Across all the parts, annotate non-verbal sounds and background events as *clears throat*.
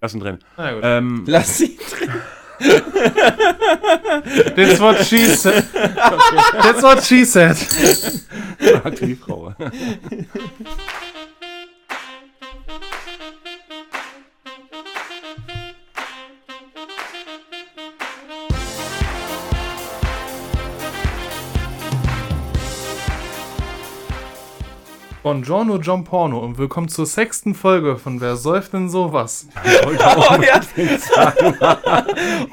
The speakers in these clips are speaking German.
Lass ihn drin. Na gut. Ähm, Lass ihn drin. Äh, That's what she said. That's what she said. *laughs* hat die Frau. Buongiorno John Porno und willkommen zur sechsten Folge von Wer säuft denn sowas? Euer,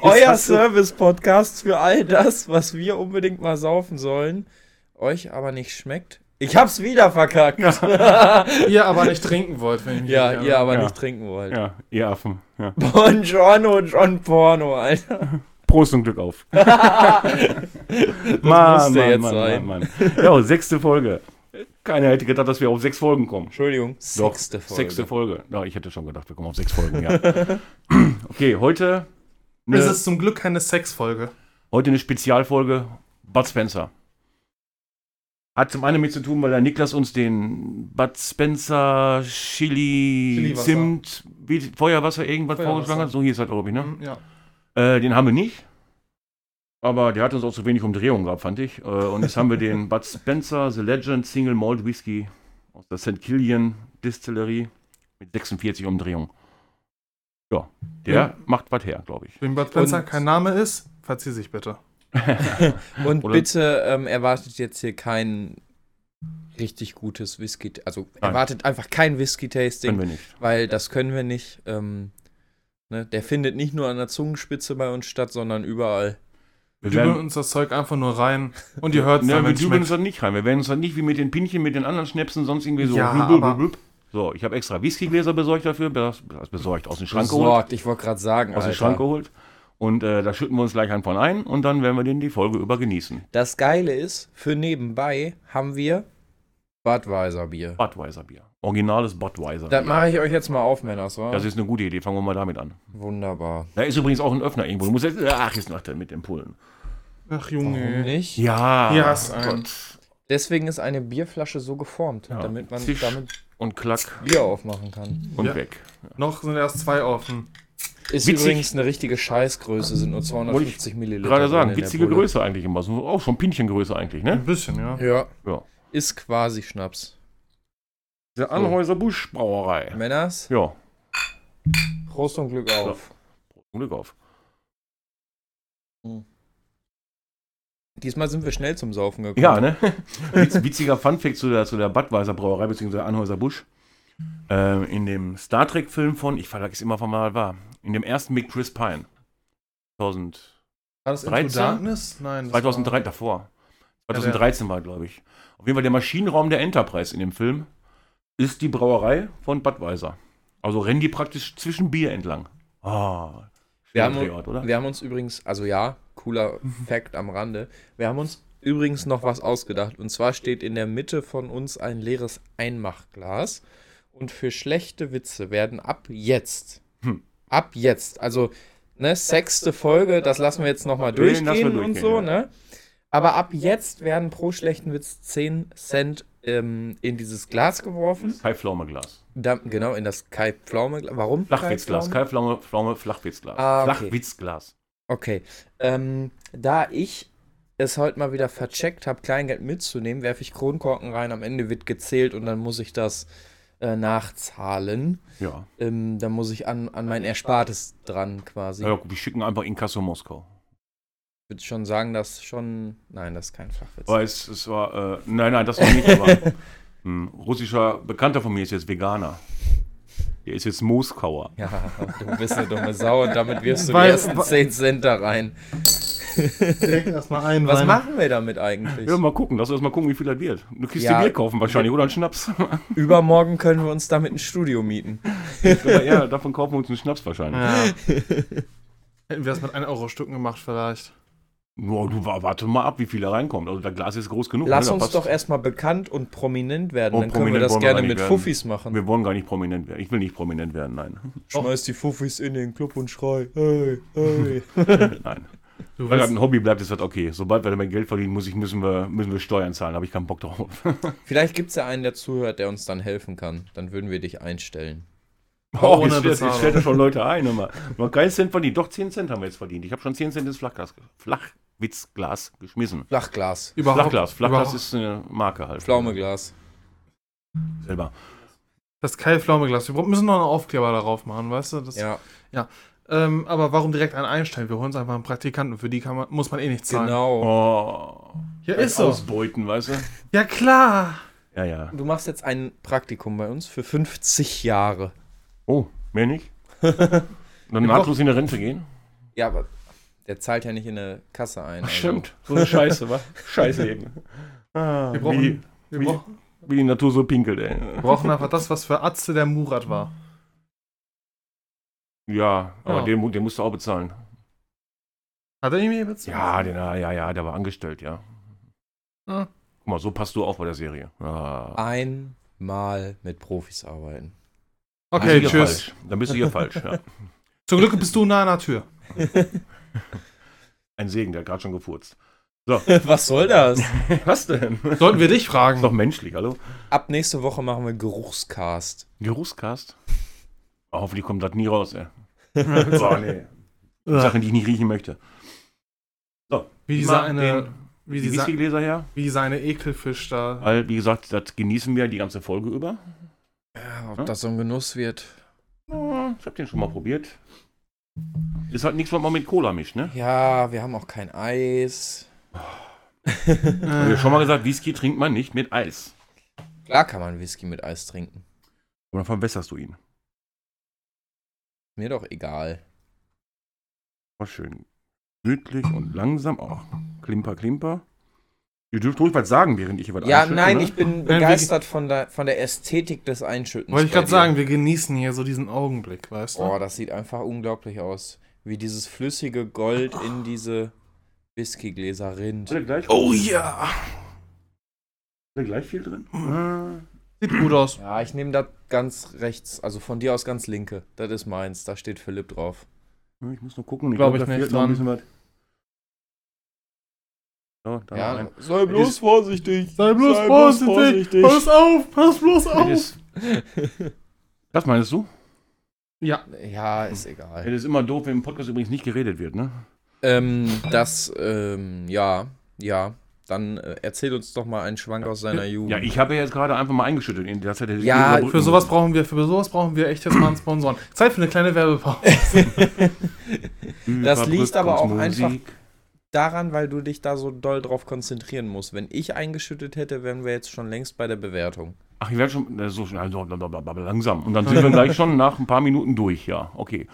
*laughs* euer Service-Podcast für all das, was wir unbedingt mal saufen sollen, euch aber nicht schmeckt. Ich hab's wieder verkackt. Ihr aber nicht trinken wollt, wenn ich mich Ja, nicht ihr aber Ja. nicht trinken wollt. Ja, ihr Affen. Ja. Buongiorno, John Porno, Alter. Prost und Glück auf. das Mann, musste jetzt Mann, sein. Mann, Mann. Ja, sechste Folge. Keiner hätte gedacht, dass wir auf sechs Folgen kommen. Entschuldigung. Doch, Sechste Folge. Sechste Folge. Ja, ich hätte schon gedacht, wir kommen auf sechs Folgen, *laughs* ja. okay, heute erinnere. Es eine, ist zum Glück keine Sexfolge. heute eine Spezialfolge Bud Spencer. Hat zum einen mit zu tun, weil der Niklas uns den Bud Spencer Chili, Chiliwasser. Zimt, wie, Feuerwasser, irgendwas Feuerwasser. vorgeschlagen hat. So hieß das, glaube ich, ne? Hm, Ja. Äh, den haben wir nicht. Aber der hat uns auch zu wenig Umdrehungen gehabt, fand ich. Äh, und jetzt haben wir den Bud Spencer The Legend Single Malt Whisky aus der St. Killian Distillery mit 46 Umdrehungen. Ja, der Ja. macht was her, glaube *laughs* ich. Wenn Bud Spencer Und- kein Name ist, verzieh sich bitte. Und Oder- bitte ähm, erwartet jetzt hier kein richtig gutes Whisky. Also erwartet einfach kein Können Whisky-Tasting, wir nicht. weil das können wir nicht. Ähm, ne? Der findet nicht nur an der Zungenspitze bei uns statt, sondern überall. Wir Wir dübeln werden, uns das Zeug einfach nur rein und ihr hört es ne, dann, wir wenn's dübeln uns schmeckt. da nicht rein. Wir werden uns da nicht wie mit den Pinchen, mit den anderen Schnäpsen, sonst irgendwie so. Ja, blub, blub, aber- blub, blub. So, ich habe extra Whiskygläser besorgt dafür. Bes- Besorgt, aus dem Schrank geholt. Besorgt, ich wollte gerade sagen, Aus dem Alter. Schrank um? geholt. Und äh, da schütten wir uns gleich einfach ein und dann werden wir den die Folge über genießen. Das Geile ist, für nebenbei haben wir Budweiser Bier. Budweiser Bier. Originales Budweiser. Das Bier. mache ich euch jetzt mal auf, Männer. so. Das ist eine gute Idee, fangen wir mal damit an. Wunderbar. Da ist übrigens auch ein Öffner irgendwo. Du musst jetzt, ach, jetzt macht er mit den Pullen. Ach Warum Junge. nicht? Ja, Hier hast du einen. Gott. Deswegen ist eine Bierflasche so geformt, Ja. damit man Zisch. damit Und klack Bier aufmachen kann. und Ja. weg. Noch sind erst zwei offen. Ist Witzig. übrigens eine richtige Scheißgröße, sind nur 250 Milliliter. Gerade drin sagen, in der witzige Pulle. Größe eigentlich immer. So, auch schon Pienchengröße eigentlich, ne? Ein bisschen, ja. Ja. Ja. Ist quasi Schnaps. Der Anhäuser Busch Brauerei. Männers, Ja, Prost und Glück auf. Glück auf. Diesmal sind wir schnell zum Saufen gekommen. Ja, ne? *laughs* Witz, witziger Funfact zu der, zu der Budweiser Brauerei bzw. Anhäuser Busch. Ähm, in dem Star Trek-Film von, ich verlag es immer von mal war, in dem ersten mit Chris Pine. 2000. War das 13? Darkness? Nein. das war- 2003 davor. der- 2013 war, glaube ich. Auf jeden Fall der Maschinenraum der Enterprise in dem Film ist die Brauerei von Budweiser. Also rennen die praktisch zwischen Bier entlang. Ah, schöner Wir haben- Drehort, oder? Wir haben uns übrigens, also ja, cooler Fact am Rande. Wir haben uns übrigens noch was ausgedacht. Und zwar steht in der Mitte von uns ein leeres Einmachglas. Und für schlechte Witze werden ab jetzt, Hm. ab jetzt, also ne, sechste Folge, das lassen wir jetzt nochmal Den lassen durchgehen, wir und durchgehen, so, ja. ne? Aber ab jetzt werden pro schlechten Witz 10 Cent ähm, in dieses Glas geworfen. Kai Pflaume Glas. Da, genau, in das Kai Pflaume. Warum? Flachwitzglas. Kai Kai Pflaume, Pflaume Flachwitzglas. Ah, okay. Flachwitzglas. Okay. Ähm, da ich es heute mal wieder vercheckt habe, Kleingeld mitzunehmen, werfe ich Kronkorken rein. Am Ende wird gezählt und dann muss ich das äh, nachzahlen. Ja. Ähm, dann muss ich an, an mein Erspartes dran quasi. ja. Wir schicken einfach Inkasso Moskau. Ich würde schon sagen, dass schon. Nein, das ist kein Flachwitz. *laughs* Aber es, es war, äh, nein, nein, das war nicht, aber ein russischer Bekannter von mir ist jetzt Veganer. Der ist jetzt Moskauer. Ja, du bist eine dumme Sau und damit wirfst du die Weil- ersten 10 Cent da rein. *laughs* Direkt erstmal ein. Was rein. machen wir damit eigentlich? Ja, mal gucken. Lass uns mal gucken, wie viel das wird. Du kriegst Ja. dir Bier kaufen wahrscheinlich oder einen Schnaps. Übermorgen können wir uns damit ein Studio mieten. *laughs* Aber ja, davon kaufen wir uns einen Schnaps wahrscheinlich. Ja. Hätten wir das mit 1 Euro Stücken gemacht, vielleicht. Nur du wa- warte mal ab, wie viel da reinkommt. Also das Glas ist groß genug. Lass ne? Da uns passt- doch erstmal bekannt und prominent werden. Oh, dann können wir prominent das wollen wir gerne gar mit nicht werden. Fuffis machen. Wir wollen gar nicht prominent werden. Ich will nicht prominent werden, nein. Schmeiß die Fuffis in den Club und schrei, hey, hey. *laughs* nein. Du Weil das willst, ein Hobby bleibt, ist das okay. Sobald wir damit Geld verdienen, muss ich, müssen, wir, müssen wir Steuern zahlen. Da habe ich keinen Bock drauf. Vielleicht gibt es ja einen, der zuhört, der uns dann helfen kann. Dann würden wir dich einstellen. Oh, Ohne jetzt, fällt- jetzt Bezahlung. fällt ja schon Leute ein. Immer. Noch keinen Cent verdient. Doch 10 Cent haben wir jetzt verdient. Ich habe schon 10 Cent ins Flachgas, Flachwitzglas geschmissen. Flachglas. Überhaupt, Flachglas. Flachglas überhaupt. ist eine Marke halt. Pflaumeglas. Selber. Das Keilflaumeglas. Wir müssen noch einen Aufkleber darauf machen, weißt du? Das, Ja, ähm, aber warum direkt einen einstellen? Wir holen uns einfach einen Praktikanten. Für die kann man, muss man eh nichts zahlen. genau. Oh. Ja, Als ist so. Ausbeuten, weißt du? Ja, klar. Ja, ja. Du machst jetzt ein Praktikum bei uns für 50 Jahre. Oh, mehr *laughs* nicht? Dann nahtlos in der Rente gehen? Ja, aber der zahlt ja nicht in eine Kasse ein. also. So eine Scheiße, was? Scheiße eben. Ah, Wir wie, brauchen, wir, wie- brauchen, wie die Natur so pinkelt, ey. wir brauchen einfach das, was für Atze der Murat war. Ja, aber Ja. Den, mu- den musst du auch bezahlen. Hat er irgendwie bezahlt? Ja, den, ah, ja, ja, der war angestellt, ja. Hm. Guck mal, so passt du auch bei der Serie. Ah. Einmal mit Profis arbeiten. Dann bist du Okay, hier tschüss. Falsch. Dann bist du hier falsch. Ja. Zum Glück bist du nah an der Tür. Ein Segen, der hat gerade schon gefurzt. *laughs* Was soll das? *laughs* Was denn? Sollten wir dich Ist *laughs* fragen. doch menschlich, hallo? Ab nächste Woche machen wir Geruchscast. Geruchscast? Oh, hoffentlich kommt das nie raus, ey. Boah, nee. Sachen, die ich nicht riechen möchte. Wie Immer dieser eine, den- wie Die dieser, Whiskygläser her? wie dieser eine Ekelfisch da. Weil, wie gesagt, das genießen wir die ganze Folge über. Ja, ob Hm? das so ein Genuss wird. Ja, Ich hab den schon Mhm. mal probiert. Ist halt nichts, was man mit Cola mischt, ne? Ja, wir haben auch kein Eis. Ich Äh, hab ja schon mal gesagt, Whisky trinkt man nicht mit Eis. Klar kann man Whisky mit Eis trinken. Und dann verwässerst du ihn. Mir doch egal. War schön. Gemütlich und langsam auch. Klimper, klimper. Ihr dürft ruhig was sagen, während ich hier was Ja, einschütte, nein, ne? ich bin wir- begeistert von der, von der Ästhetik des Einschüttens. Wollte ich bei gerade dir. sagen, wir genießen hier so diesen Augenblick, weißt du? Boah, das sieht einfach unglaublich aus. Wie dieses flüssige Gold in diese Whiskygläser rinnt. Alle gleich, Oh ja. alle gleich viel drin? Ah, Sieht gut aus. Ja, ich nehme das ganz rechts, also von dir aus ganz linke. Das ist meins, da steht Philipp drauf. Ich muss noch gucken. Glaub ich da fehlt nicht noch ein bisschen dran. was. So, da noch Ja, ein. sei bloß Ist- vorsichtig. Sei bloß vorsichtig. Pass auf, pass bloß Das *laughs* auf. ist- Das meinst du? Ja. Ja, ist egal. Es ist immer doof, wenn im Podcast übrigens nicht geredet wird, ne? Ähm, das, ähm, ja, ja. Dann äh, erzähl uns doch mal einen Schwank aus seiner Jugend. Ja, ich habe ja jetzt gerade einfach mal eingeschüttet. In der Zeit hätte ich Ja, überbrücken Für sowas müssen. brauchen wir, für sowas brauchen wir echt jetzt mal einen Sponsoren. Zeit für eine kleine Werbepause. Das Überbrückungsmusik. liegt aber auch einfach- *laughs* Daran, weil du dich da so doll drauf konzentrieren musst. Wenn ich eingeschüttet hätte, wären wir jetzt schon längst bei der Bewertung. Ach, ich werde schon äh, so schnell, so, blablabla, langsam. Und dann sind wir gleich schon nach ein paar Minuten durch, ja. Okay.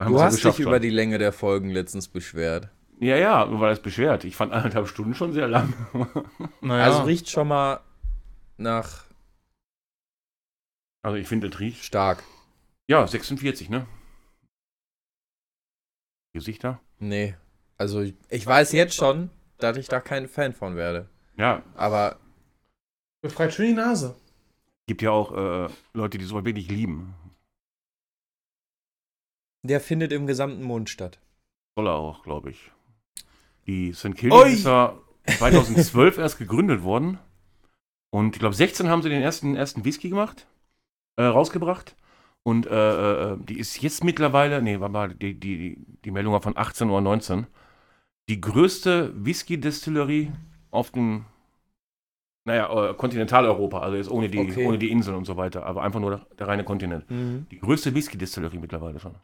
Haben Du wir's ja hast dich geschafft über die Länge der Folgen letztens beschwert. schon. Ja, ja, weil das beschwert. Ich fand anderthalb Stunden schon sehr lang. *laughs* Naja. Also riecht schon mal nach Also ich finde, das riecht. stark. Ja, 46, ne? Gesichter? Nee. Also ich- ich weiß jetzt schon, dass ich da kein Fan von werde. Ja, Aber befreit schön die Nase. gibt ja auch äh, Leute, die sowas wirklich lieben. der findet im gesamten Mund statt. Soll er auch, glaube ich. Die St. Kilda Ui! ist ja 2012 erst gegründet worden. Und ich glaube, 16 haben sie den ersten, ersten Whisky gemacht, äh, rausgebracht. Und äh, äh, äh, die ist jetzt mittlerweile, nee, war mal, die, die, die- die Meldung war von 18 oder 19, die größte Whisky-Destillerie auf dem, naja, äh, Kontinentaleuropa, also jetzt ohne die, Okay. ohne die Inseln und so weiter, aber einfach nur der, der reine Kontinent. Die größte Whisky-Destillerie mittlerweile schon.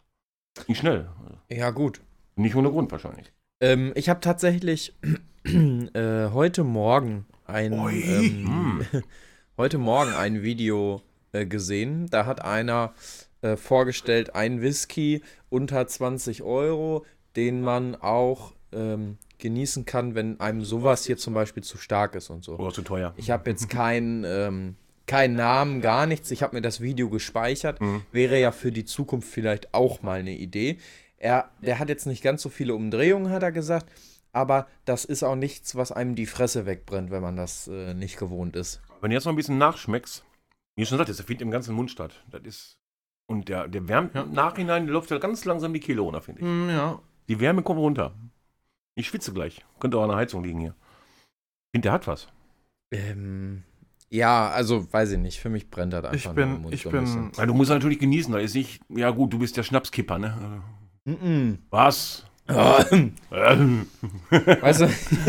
Nicht schnell. Ja, gut. Nicht ohne Grund wahrscheinlich. Ähm, ich habe tatsächlich *clears throat* äh, heute Morgen ein Ui. ähm, Mm. *laughs* heute Morgen ein Video äh, gesehen. Da hat einer äh, vorgestellt, ein Whisky unter 20 Euro, den man auch ähm, genießen kann, wenn einem sowas hier zum Beispiel zu stark ist und so. Oder zu teuer. Ich habe jetzt keinen ähm, keinen Namen, gar nichts. Ich habe mir das Video gespeichert. Mhm. Wäre ja für die Zukunft vielleicht auch mal eine Idee. Er, der hat jetzt nicht ganz so viele Umdrehungen, hat er gesagt. Aber das ist auch nichts, was einem die Fresse wegbrennt, wenn man das äh, nicht gewohnt ist. Wenn du jetzt noch ein bisschen nachschmeckst, wie schon gesagt, das findet im ganzen Mund statt. Das ist. Und der, der wärmt im Nachhinein läuft ja ganz langsam die Kehle runter, finde ich. Hm, ja. Die Wärme kommt runter. Ich schwitze gleich. Könnte auch an der Heizung liegen hier. Ich finde, der hat was. Ähm, Ja, also weiß ich nicht. Für mich brennt das einfach Ich nur im bin, Mund ich so ein bin, Ja, du musst natürlich genießen, da ist nicht. Ja, gut, du bist der Schnapskipper, ne? bisschen. Äh, Was? Mm-mm. *laughs* Ähm, *laughs* Weißt du? *laughs*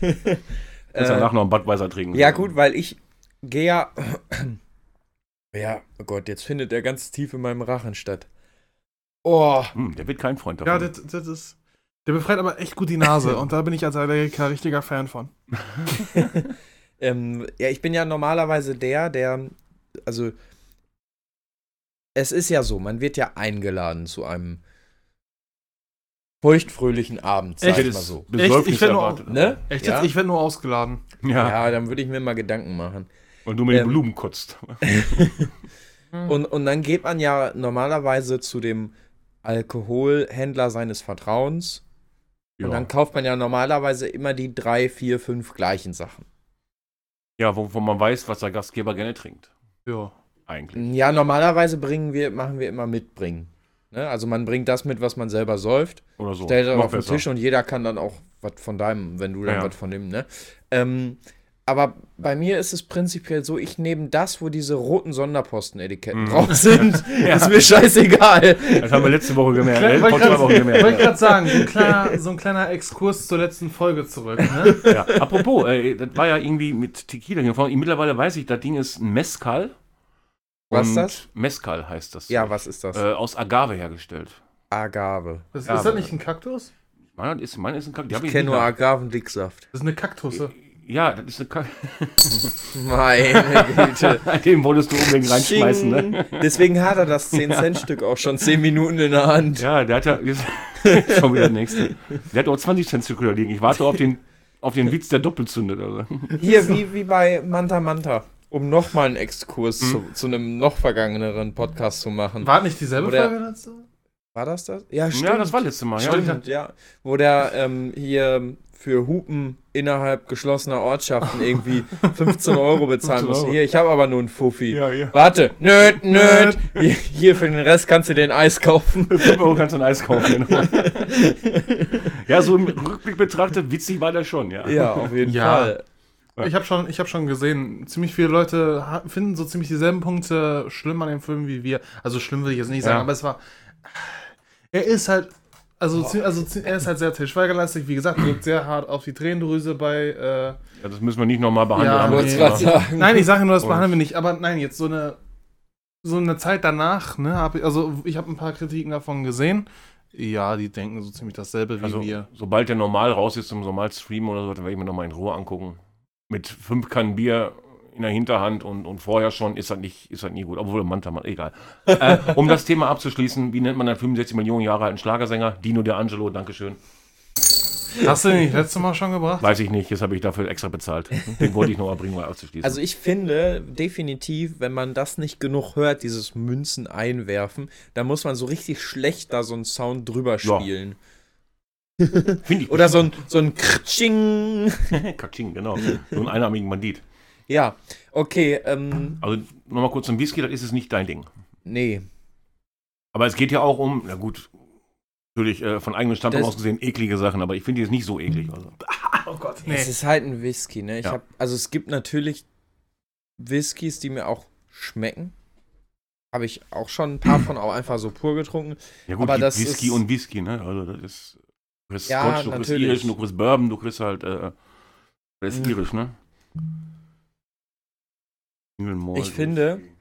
kannst danach noch einen Budweiser trinken. Äh, ja, gut, weil ich gehe ja. *clears throat* Ja, oh Gott, jetzt findet er ganz tief in meinem Rachen statt. Oh, *laughs* Hm, der wird kein Freund Ja, davon. das, das ist. Der befreit aber echt gut die Nase und da bin ich als Allergiker ein richtiger Fan von. ähm, ja, ich bin ja normalerweise der, der, also es ist ja so, man wird ja eingeladen zu einem feuchtfröhlichen Abend, sag ich mal so. Echt, ich werd nur- Ne? Echt ja? jetzt? Ich werde nur ausgeladen. Ja, ja, dann würde ich mir mal Gedanken machen. und du mit den Ähm, Blumen kotzt. Und, und dann geht man ja normalerweise zu dem Alkoholhändler seines Vertrauens und Ja, dann kauft man ja normalerweise immer die drei, vier, fünf gleichen Sachen. ja wovon man weiß, was der Gastgeber gerne trinkt. Ja. Eigentlich. Ja, normalerweise bringen wir, machen wir immer mitbringen. Ne? Also man bringt das mit, was man selber säuft. Oder so. Stell das Noch auf den besser. Tisch und jeder kann dann auch was von deinem, wenn du dann Ja. was von dem, ne? Ähm, aber bei mir ist es prinzipiell so, ich nehme das, wo diese roten Sonderpostenetiketten Mhm. drauf sind. *laughs* Ja. Ist mir scheißegal. Das haben wir letzte Woche *laughs* gemerkt. Klein- äh, Vor wollte zwei grad- Wochen Ich wollte gemerkt. gerade sagen, so ein, kleiner, so ein kleiner Exkurs zur letzten Folge *laughs* zurück. Ne? Ja. Ja. Apropos, äh, das war ja irgendwie mit Tequila gefahren. Mittlerweile weiß ich, das Ding ist ein Mezcal. Was Und das? Mezcal heißt das. Ja, was ist das? Äh, aus Agave hergestellt. Agave. Das, Ja, ist das aber- nicht ein Kaktus? Meine ist, meine ist ein Kack. die hab Ich nicht kenne nur nach- Agavendicksaft. Das ist eine Kaktusse. Ja, das ist eine *laughs* Kack. *laughs* Meine Güte. Den wolltest du unbedingt reinschmeißen, ne? Sching. Deswegen hat er das 10-Cent-Stück auch schon 10 Minuten in der Hand. Ja, der hat *laughs* ja. *laughs* schon wieder der nächste. Der hat auch 20 Cent Zirkular liegen. Ich warte auf den, auf den Witz, der doppelt zündet. Also. Hier, wie, wie bei Manta Manta. Um nochmal einen Exkurs Hm. zu, zu einem noch vergangeneren Podcast zu machen. War nicht dieselbe Oder- Folge letzte? War das das? Ja, stimmt. Ja, das war letzte Mal. Ja. Stimmt, ja. Wo der ähm, hier für Hupen innerhalb geschlossener *laughs* Ortschaften irgendwie 15 Euro bezahlen 15 muss. Euro. Hier, ich habe aber nur einen Fuffi. Ja, ja. Warte, nöt, nöt. Hier, hier für den Rest kannst du den Eis kaufen. Euro kannst du ein Eis kaufen. *laughs* Genau. ja, so im Rückblick betrachtet, witzig war der schon, ja. Ja, auf jeden Ja. Fall. Ich habe schon, ich hab schon gesehen, ziemlich viele Leute ha- finden so ziemlich dieselben Punkte schlimm an dem Film wie wir. Also schlimm will ich jetzt nicht sagen, Ja. aber es war. Er ist halt. Also, zie- also zie- er ist halt sehr tischweigerlastig, wie gesagt, drückt sehr hart auf die Tränendrüse bei. Äh, Ja, Das müssen wir nicht nochmal Ja, behandeln. Ich aber wollte nee. das es gerade war- sagen. Nein, ich sage nur, das Und- behandeln wir nicht. Aber nein, jetzt so eine so eine Zeit danach, ne, hab ich, also ich habe ein paar Kritiken davon gesehen. Ja, die denken so ziemlich dasselbe wie also, wir. sobald der normal raus ist zum normal Stream oder so, dann werde ich mir nochmal in Ruhe angucken. Mit fünf Kannen Bier in der Hinterhand und, und vorher schon ist das nicht, ist das nie gut. Obwohl Manta mal, *laughs* egal. äh, um das Thema abzuschließen, wie nennt man einen 65 Millionen Jahre alten Schlagersänger? Dino D'Angelo, Dankeschön. Hast du den nicht letztes Mal schon gebracht? Weiß ich nicht, jetzt habe ich dafür extra bezahlt. Den wollte ich noch mal bringen, mal abzuschließen. Also ich finde definitiv, wenn man das nicht genug hört, dieses Münzen einwerfen, dann muss man so richtig schlecht da so einen Sound drüber Ja. spielen. Finde ich Oder so ein, so ein Kritsching. Katsching, genau. So einen einarmigen Bandit. Ja, okay, ähm, Also nochmal kurz zum Whisky, das ist es nicht dein Ding. nee. Aber es geht ja auch um, na gut, natürlich äh, von eigenem Standpunkt Das- Mhm. aus gesehen eklige Sachen, aber ich finde die jetzt nicht so eklig. Also. Oh Gott, Es ist halt ein Whisky, ne? Ich Ja. hab, also es gibt natürlich Whiskys, die mir auch schmecken. Habe ich auch schon ein paar von auch einfach so pur getrunken. Ja gut, Aber gibt das Whisky ist- und Whisky, ne? Also das ist du kriegst Ja, Scotch, du kriegst natürlich. Irisch, du kriegst Bourbon, du kriegst halt äh, das ist Mhm. Irisch, ne? Single Malt Ich finde- Whisky.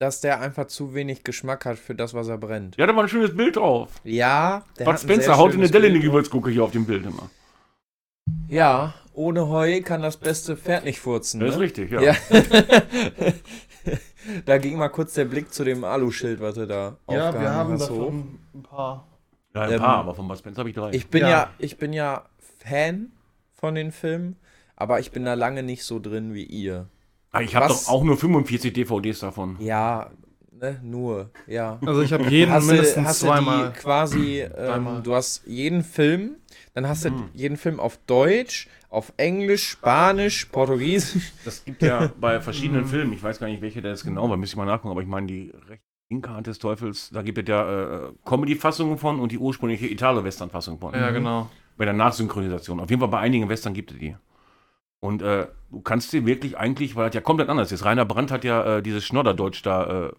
Dass der einfach zu wenig Geschmack hat für das, was er brennt. Ja, da war ein schönes Bild drauf. Ja, der Bud hat ein sehr Spencer haut in eine schönes Delle in die Bild. Gewürzgurke hier auf dem Bild immer. Ja, ohne Heu kann das beste Pferd nicht furzen. Das ist Ne? richtig, ja. *laughs* da ging mal kurz der Blick zu dem Aluschild, was du da Ja, wir aufgehangen haben hast, hoch. davon ein paar. Ja, ein Ähm, paar, aber von Bud Spencer habe ich drei. Ich bin ja. Ja. ich bin ja Fan von den Filmen, aber ich bin da lange nicht so drin wie ihr. Ah, ich habe was- doch auch nur 45 DVDs davon. Ja, ne, nur, ja. Also *laughs* ich habe jeden Hast du, mindestens hast du die zweimal. quasi, ähm, Dreimal. Hm. du hast jeden Film, dann hast du jeden Film auf Deutsch, auf Englisch, Spanisch, Portugiesisch. Das gibt ja bei *laughs* verschiedenen Filmen, ich weiß gar nicht, welche das genau war, müsste ich mal nachgucken, aber ich meine, die rechte linke Hand des Teufels, da gibt es ja äh, Comedy-Fassungen von und die ursprüngliche Italo-Western-Fassung von. ja, genau. Bei der Nachsynchronisation. Auf jeden Fall bei einigen Western gibt es die. Und äh, du kannst dir wirklich eigentlich, weil das ja komplett anders ist. Rainer Brandt hat ja äh, dieses Schnodderdeutsch da äh,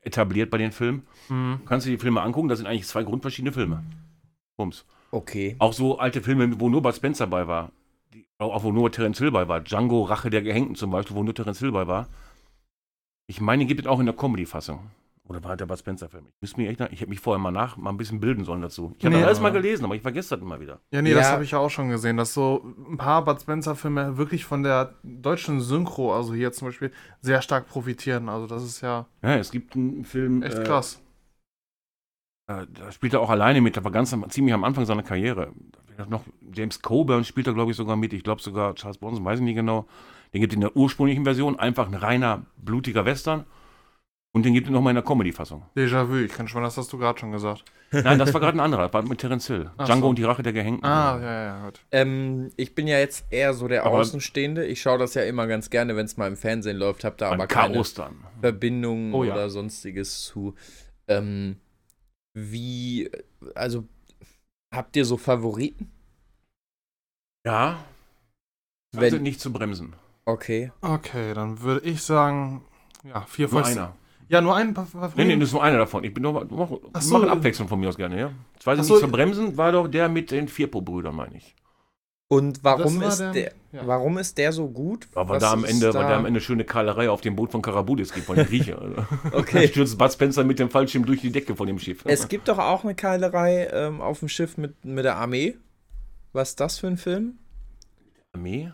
etabliert bei den Filmen. Du kannst dir die Filme angucken, das sind eigentlich zwei grundverschiedene Filme. Bums. Okay. Auch so alte Filme, wo nur Bud Spencer bei war. Die, auch wo nur Terence Hill bei war. Django, Rache der Gehängten zum Beispiel, wo nur Terence Hill bei war. Ich meine, gibt es auch in der Comedy-Fassung. Oder war halt der Bud Spencer-Film? Ich, müsste mir echt nach- ich hätte mich vorher mal nach, mal ein bisschen bilden sollen dazu. Ich habe Nee, das alles aber- mal gelesen, aber ich vergesse das immer wieder. Ja, nee, Ja. das habe ich ja auch schon gesehen, dass so ein paar Bud Spencer-Filme wirklich von der deutschen Synchro, also hier zum Beispiel, sehr stark profitieren. Also das ist ja Ja, es gibt einen Film. echt äh, krass. Äh, da spielt er auch alleine mit, aber ganz am, ziemlich am Anfang seiner Karriere. Wer hat Noch James Coburn spielt da, glaube ich, sogar mit. Ich glaube sogar Charles Bronson, weiß ich nicht genau. Den gibt es in der ursprünglichen Version, einfach ein reiner, blutiger Western. Und den gibt es nochmal in der *laughs* Comedy-Fassung. Déjà-vu, ich kann schon mal, das hast du gerade schon gesagt. Nein, das war gerade ein anderer, das war mit Terence Hill. Ach Django so. und die Rache der Gehängten. Ah, ja, ja, gut. Ähm, ich bin ja jetzt eher so der Aber- Außenstehende. Ich schaue das ja immer ganz gerne, wenn es mal im Fernsehen läuft, habe da Ein aber keine Chaos dann. Verbindung Oh ja. oder sonstiges zu. Ähm, wie, also habt ihr so Favoriten? Ja, wenn Wenn, nicht zu bremsen. okay. Okay, dann würde ich sagen, ja, vier von Nur einer. Ja, nur einen. Favoriten. Nee, nee, das ist nur einer davon. Ich bin nur, mach, Ach mach so. eine Abwechslung von mir aus gerne, ja? Ich weiß Ach nicht, so. zu bremsen war doch der mit den Vierpo-Brüdern, meine ich. Und warum Das ist war der, der- ja. warum ist der so gut? Ja, weil Was da am ist Ende, weil da am Ende schöne Kahlerei auf dem Boot von Karaboudis gibt, von den *laughs* Griechen. *laughs* Also. Da Okay. stürzt Bud Spencer mit dem Fallschirm durch die Decke von dem Schiff. es gibt doch auch eine Keilerei ähm, auf dem Schiff mit, mit der Armee. Was ist das für ein Film? Armee?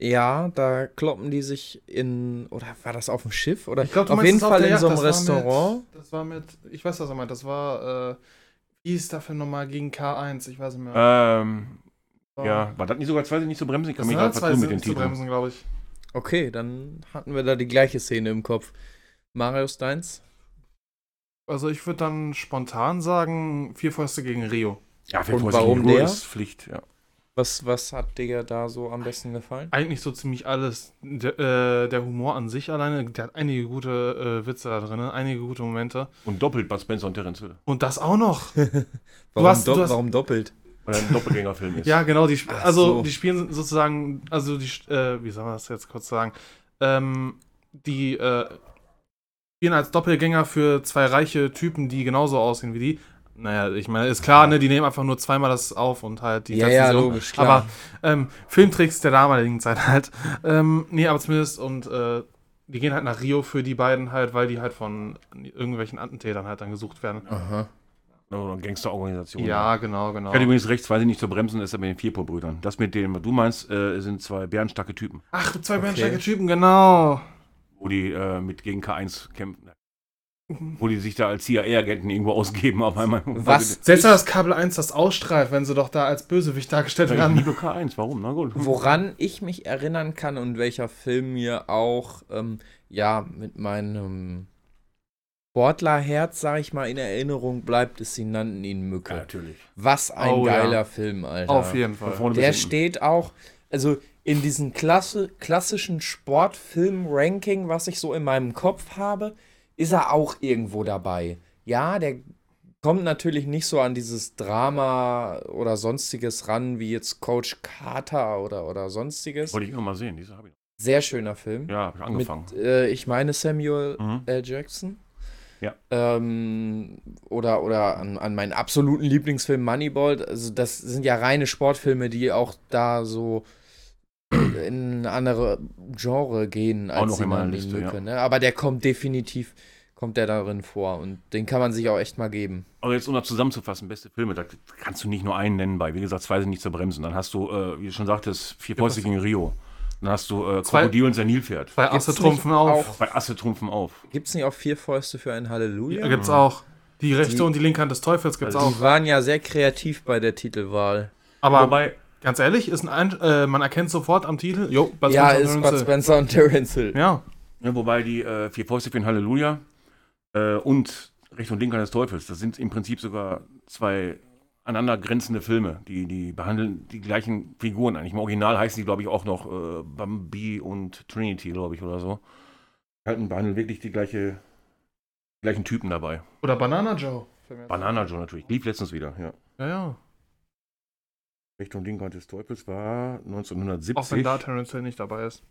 Ja, da kloppen die sich in. Oder war das auf dem Schiff? Oder Ich glaub, du auf meinst jeden das auf Fall der in so einem Yacht, das war mit- Restaurant. Das war mit, ich weiß, was er meint, das war, äh, wie hieß der Film nochmal gegen K1, ich weiß nicht mehr. Ähm, War- ja, war das nicht sogar zwei sind nicht zu bremsen? Ich das kann mich sind gerade halt zwei vertun mit Sinn den zu Titeln. bremsen, glaube ich. Okay, dann hatten wir da die gleiche Szene im Kopf. Mario Steins? Also ich würde dann spontan sagen, vier Fäuste gegen Rio. Ja, für Und Vorsicht, warum Ruhe der? Ist Pflicht, ja. Was, was hat dir da so am besten gefallen? Eigentlich so ziemlich alles. Der, äh, der Humor an sich alleine, der hat einige gute äh, Witze da drin, einige gute Momente. Und doppelt Bud Spencer und Terence Hill. Und das auch noch. Warum, hast- dopp- du hast- warum doppelt? Weil er ein Doppelgängerfilm ist. Ja, genau. Die, sp- Ach also so. die spielen sozusagen, also die, sch- äh, wie soll man das jetzt kurz sagen? Ähm, die äh, spielen als Doppelgänger für zwei reiche Typen, die genauso aussehen wie die. Naja, ich meine, ist klar, ne, die nehmen einfach nur zweimal das auf und halt die ja, setzen ja, sie um. logisch, klar. Aber ähm, Filmtricks der damaligen Zeit halt. Ähm, nee, aber zumindest und äh, die gehen halt nach Rio für die beiden halt, weil die halt von irgendwelchen Attentätern halt dann gesucht werden. Aha. Oder eine Gangsterorganisation. Ja, genau, genau. Ich hatte übrigens recht, zwei sind nicht zu bremsen, ist aber mit den Vierpo-Brüdern. Das mit dem, was du meinst, äh, sind zwei bärenstarke Typen, Ach, zwei Okay. okay. Typen, genau. wo die äh, mit gegen K1 kämpfen. Wo die sich da als CIA-Agenten irgendwo ausgeben auf einmal. Was? Selbst wenn ich, das Kabel 1 das ausstrahlt, wenn sie doch da als Bösewicht dargestellt Ja, ich werden. Äh, liebe K1, warum? Na gut. woran ich mich erinnern kann und welcher Film mir auch, ähm, ja, mit meinem Sportlerherz, sag ich mal, in Erinnerung bleibt, ist, sie nannten ihn Ja, Mücke. natürlich. Was ein Oh, ja. geiler Film, Alter. Auf jeden Von Fall. vorne Der bis hinten. steht auch, also in diesem Klasse, klassischen Sportfilm-Ranking, was ich so in meinem Kopf habe, ist er auch irgendwo dabei. Ja, der kommt natürlich nicht so an dieses Drama oder sonstiges ran, wie jetzt Coach Carter oder, oder sonstiges. Wollte ich immer mal sehen. Diese habe ich. Sehr schöner Film. Ja, hab ich angefangen. Mit, äh, ich meine Samuel Mhm. L. Jackson. Ja. Ähm, oder oder an, an meinen absoluten Lieblingsfilm Moneyball. Also das sind ja reine Sportfilme, die auch da so *clears throat* in andere Genre gehen Auch noch die in meiner Nanny Liste, ja. ne? Aber der kommt definitiv, kommt der darin vor und den kann man sich auch echt mal geben. Aber jetzt, um das zusammenzufassen, beste Filme, da kannst du nicht nur einen nennen bei. Wie gesagt, zwei sind nicht zu bremsen. Dann hast du, äh, wie du schon sagtest, Vier Fäuste gegen Rio. Dann hast du äh, Zwei- Krokodil und sein Nilpferd. Zwei Gibt's Asse trumpfen nicht auf. auch- Bei Asse trumpfen auf. Gibt's nicht auch vier Fäuste für ein Halleluja? Ja, gibt's auch. Die rechte Die- und die linke Hand des Teufels gibt's Also auch. Die waren ja sehr kreativ bei der Titelwahl. Aber Wobei, ganz ehrlich, ist ein Ein- äh, man erkennt sofort am Titel, jo, Bud ja, Spencer ist und Bud Terence Spencer und Terence Hill. Hill. Ja, ja, wobei die äh, Vier Fäuste für ein Halleluja äh, und Recht und Linker des Teufels, das sind im Prinzip sogar zwei aneinandergrenzende Filme. Die, die behandeln die gleichen Figuren eigentlich. Im Original heißen die, glaube ich, auch noch äh, Bambi und Trinity, glaube ich, oder so. Die halten- behandeln wirklich die gleiche, gleichen Typen dabei. oder Banana Joe. Fällt mir jetzt- Banana Joe natürlich. Lief letztens wieder, ja. Ja, ja. Richtung Linker des Teufels war Auch wenn 1970. da Terence Hill nicht dabei ist.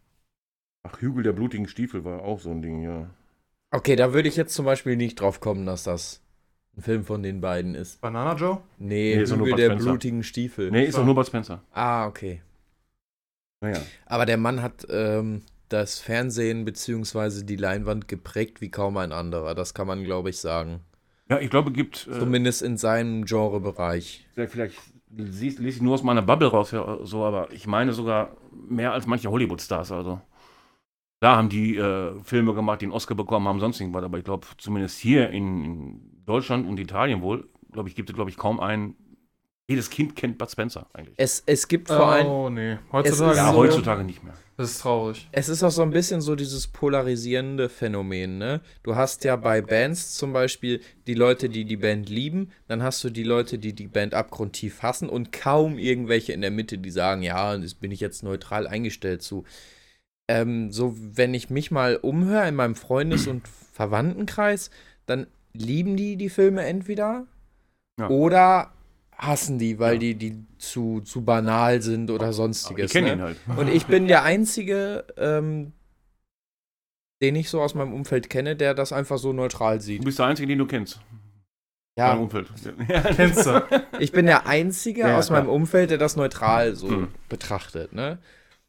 Ach, Hügel der blutigen Stiefel war auch so ein Ding, ja. Okay, da würde ich jetzt zum Beispiel nicht drauf kommen, dass das ein Film von den beiden ist. Banana Joe? Nee, Nee, nee ist doch nur Hügel Bud der Spencer. blutigen Stiefel. Nee, ist Ja. doch nur Bud Spencer. Ah, okay. Naja. Aber der Mann hat ähm, das Fernsehen bzw. die Leinwand geprägt wie kaum ein anderer. Das kann man, glaube ich, sagen. Ja, ich glaube, gibt. Äh, Zumindest in seinem Genrebereich. vielleicht vielleicht liest, liest ich nur aus meiner Bubble raus, ja, so, aber ich meine sogar mehr als manche Hollywood-Stars. Also. Da haben die äh, Filme gemacht, die einen Oscar bekommen haben, sonst irgendwas. Aber ich glaube, zumindest hier in, in Deutschland und Italien wohl, glaube ich, gibt es, glaube ich, kaum einen. Jedes Kind kennt Bud Spencer eigentlich. Es, es gibt vor allem. oh, nee. Ähm, es Heutzutage, ist Ja, so- heutzutage nicht mehr. das ist traurig. Es ist auch so ein bisschen so dieses polarisierende Phänomen, ne? Du hast ja bei Bands zum Beispiel die Leute, die die Band lieben, dann hast du die Leute, die die Band abgrundtief hassen und kaum irgendwelche in der Mitte, die sagen, ja, das bin ich jetzt neutral eingestellt zu. Ähm, so, wenn ich mich mal umhöre in meinem Freundes- und Verwandtenkreis, dann lieben die die Filme entweder Ja. oder hassen die, weil die, die zu, zu banal sind oder Aber ich sonstiges. kenne ne? ihn halt. Und ich bin der Einzige, ähm, den ich so aus meinem Umfeld kenne, der das einfach so neutral Du sieht. bist der Einzige, den du kennst. Dein Ja, *laughs* Umfeld. Kennst du? ich bin der Einzige Ja, aus klar. meinem Umfeld, der das neutral so Hm. betrachtet. Ne?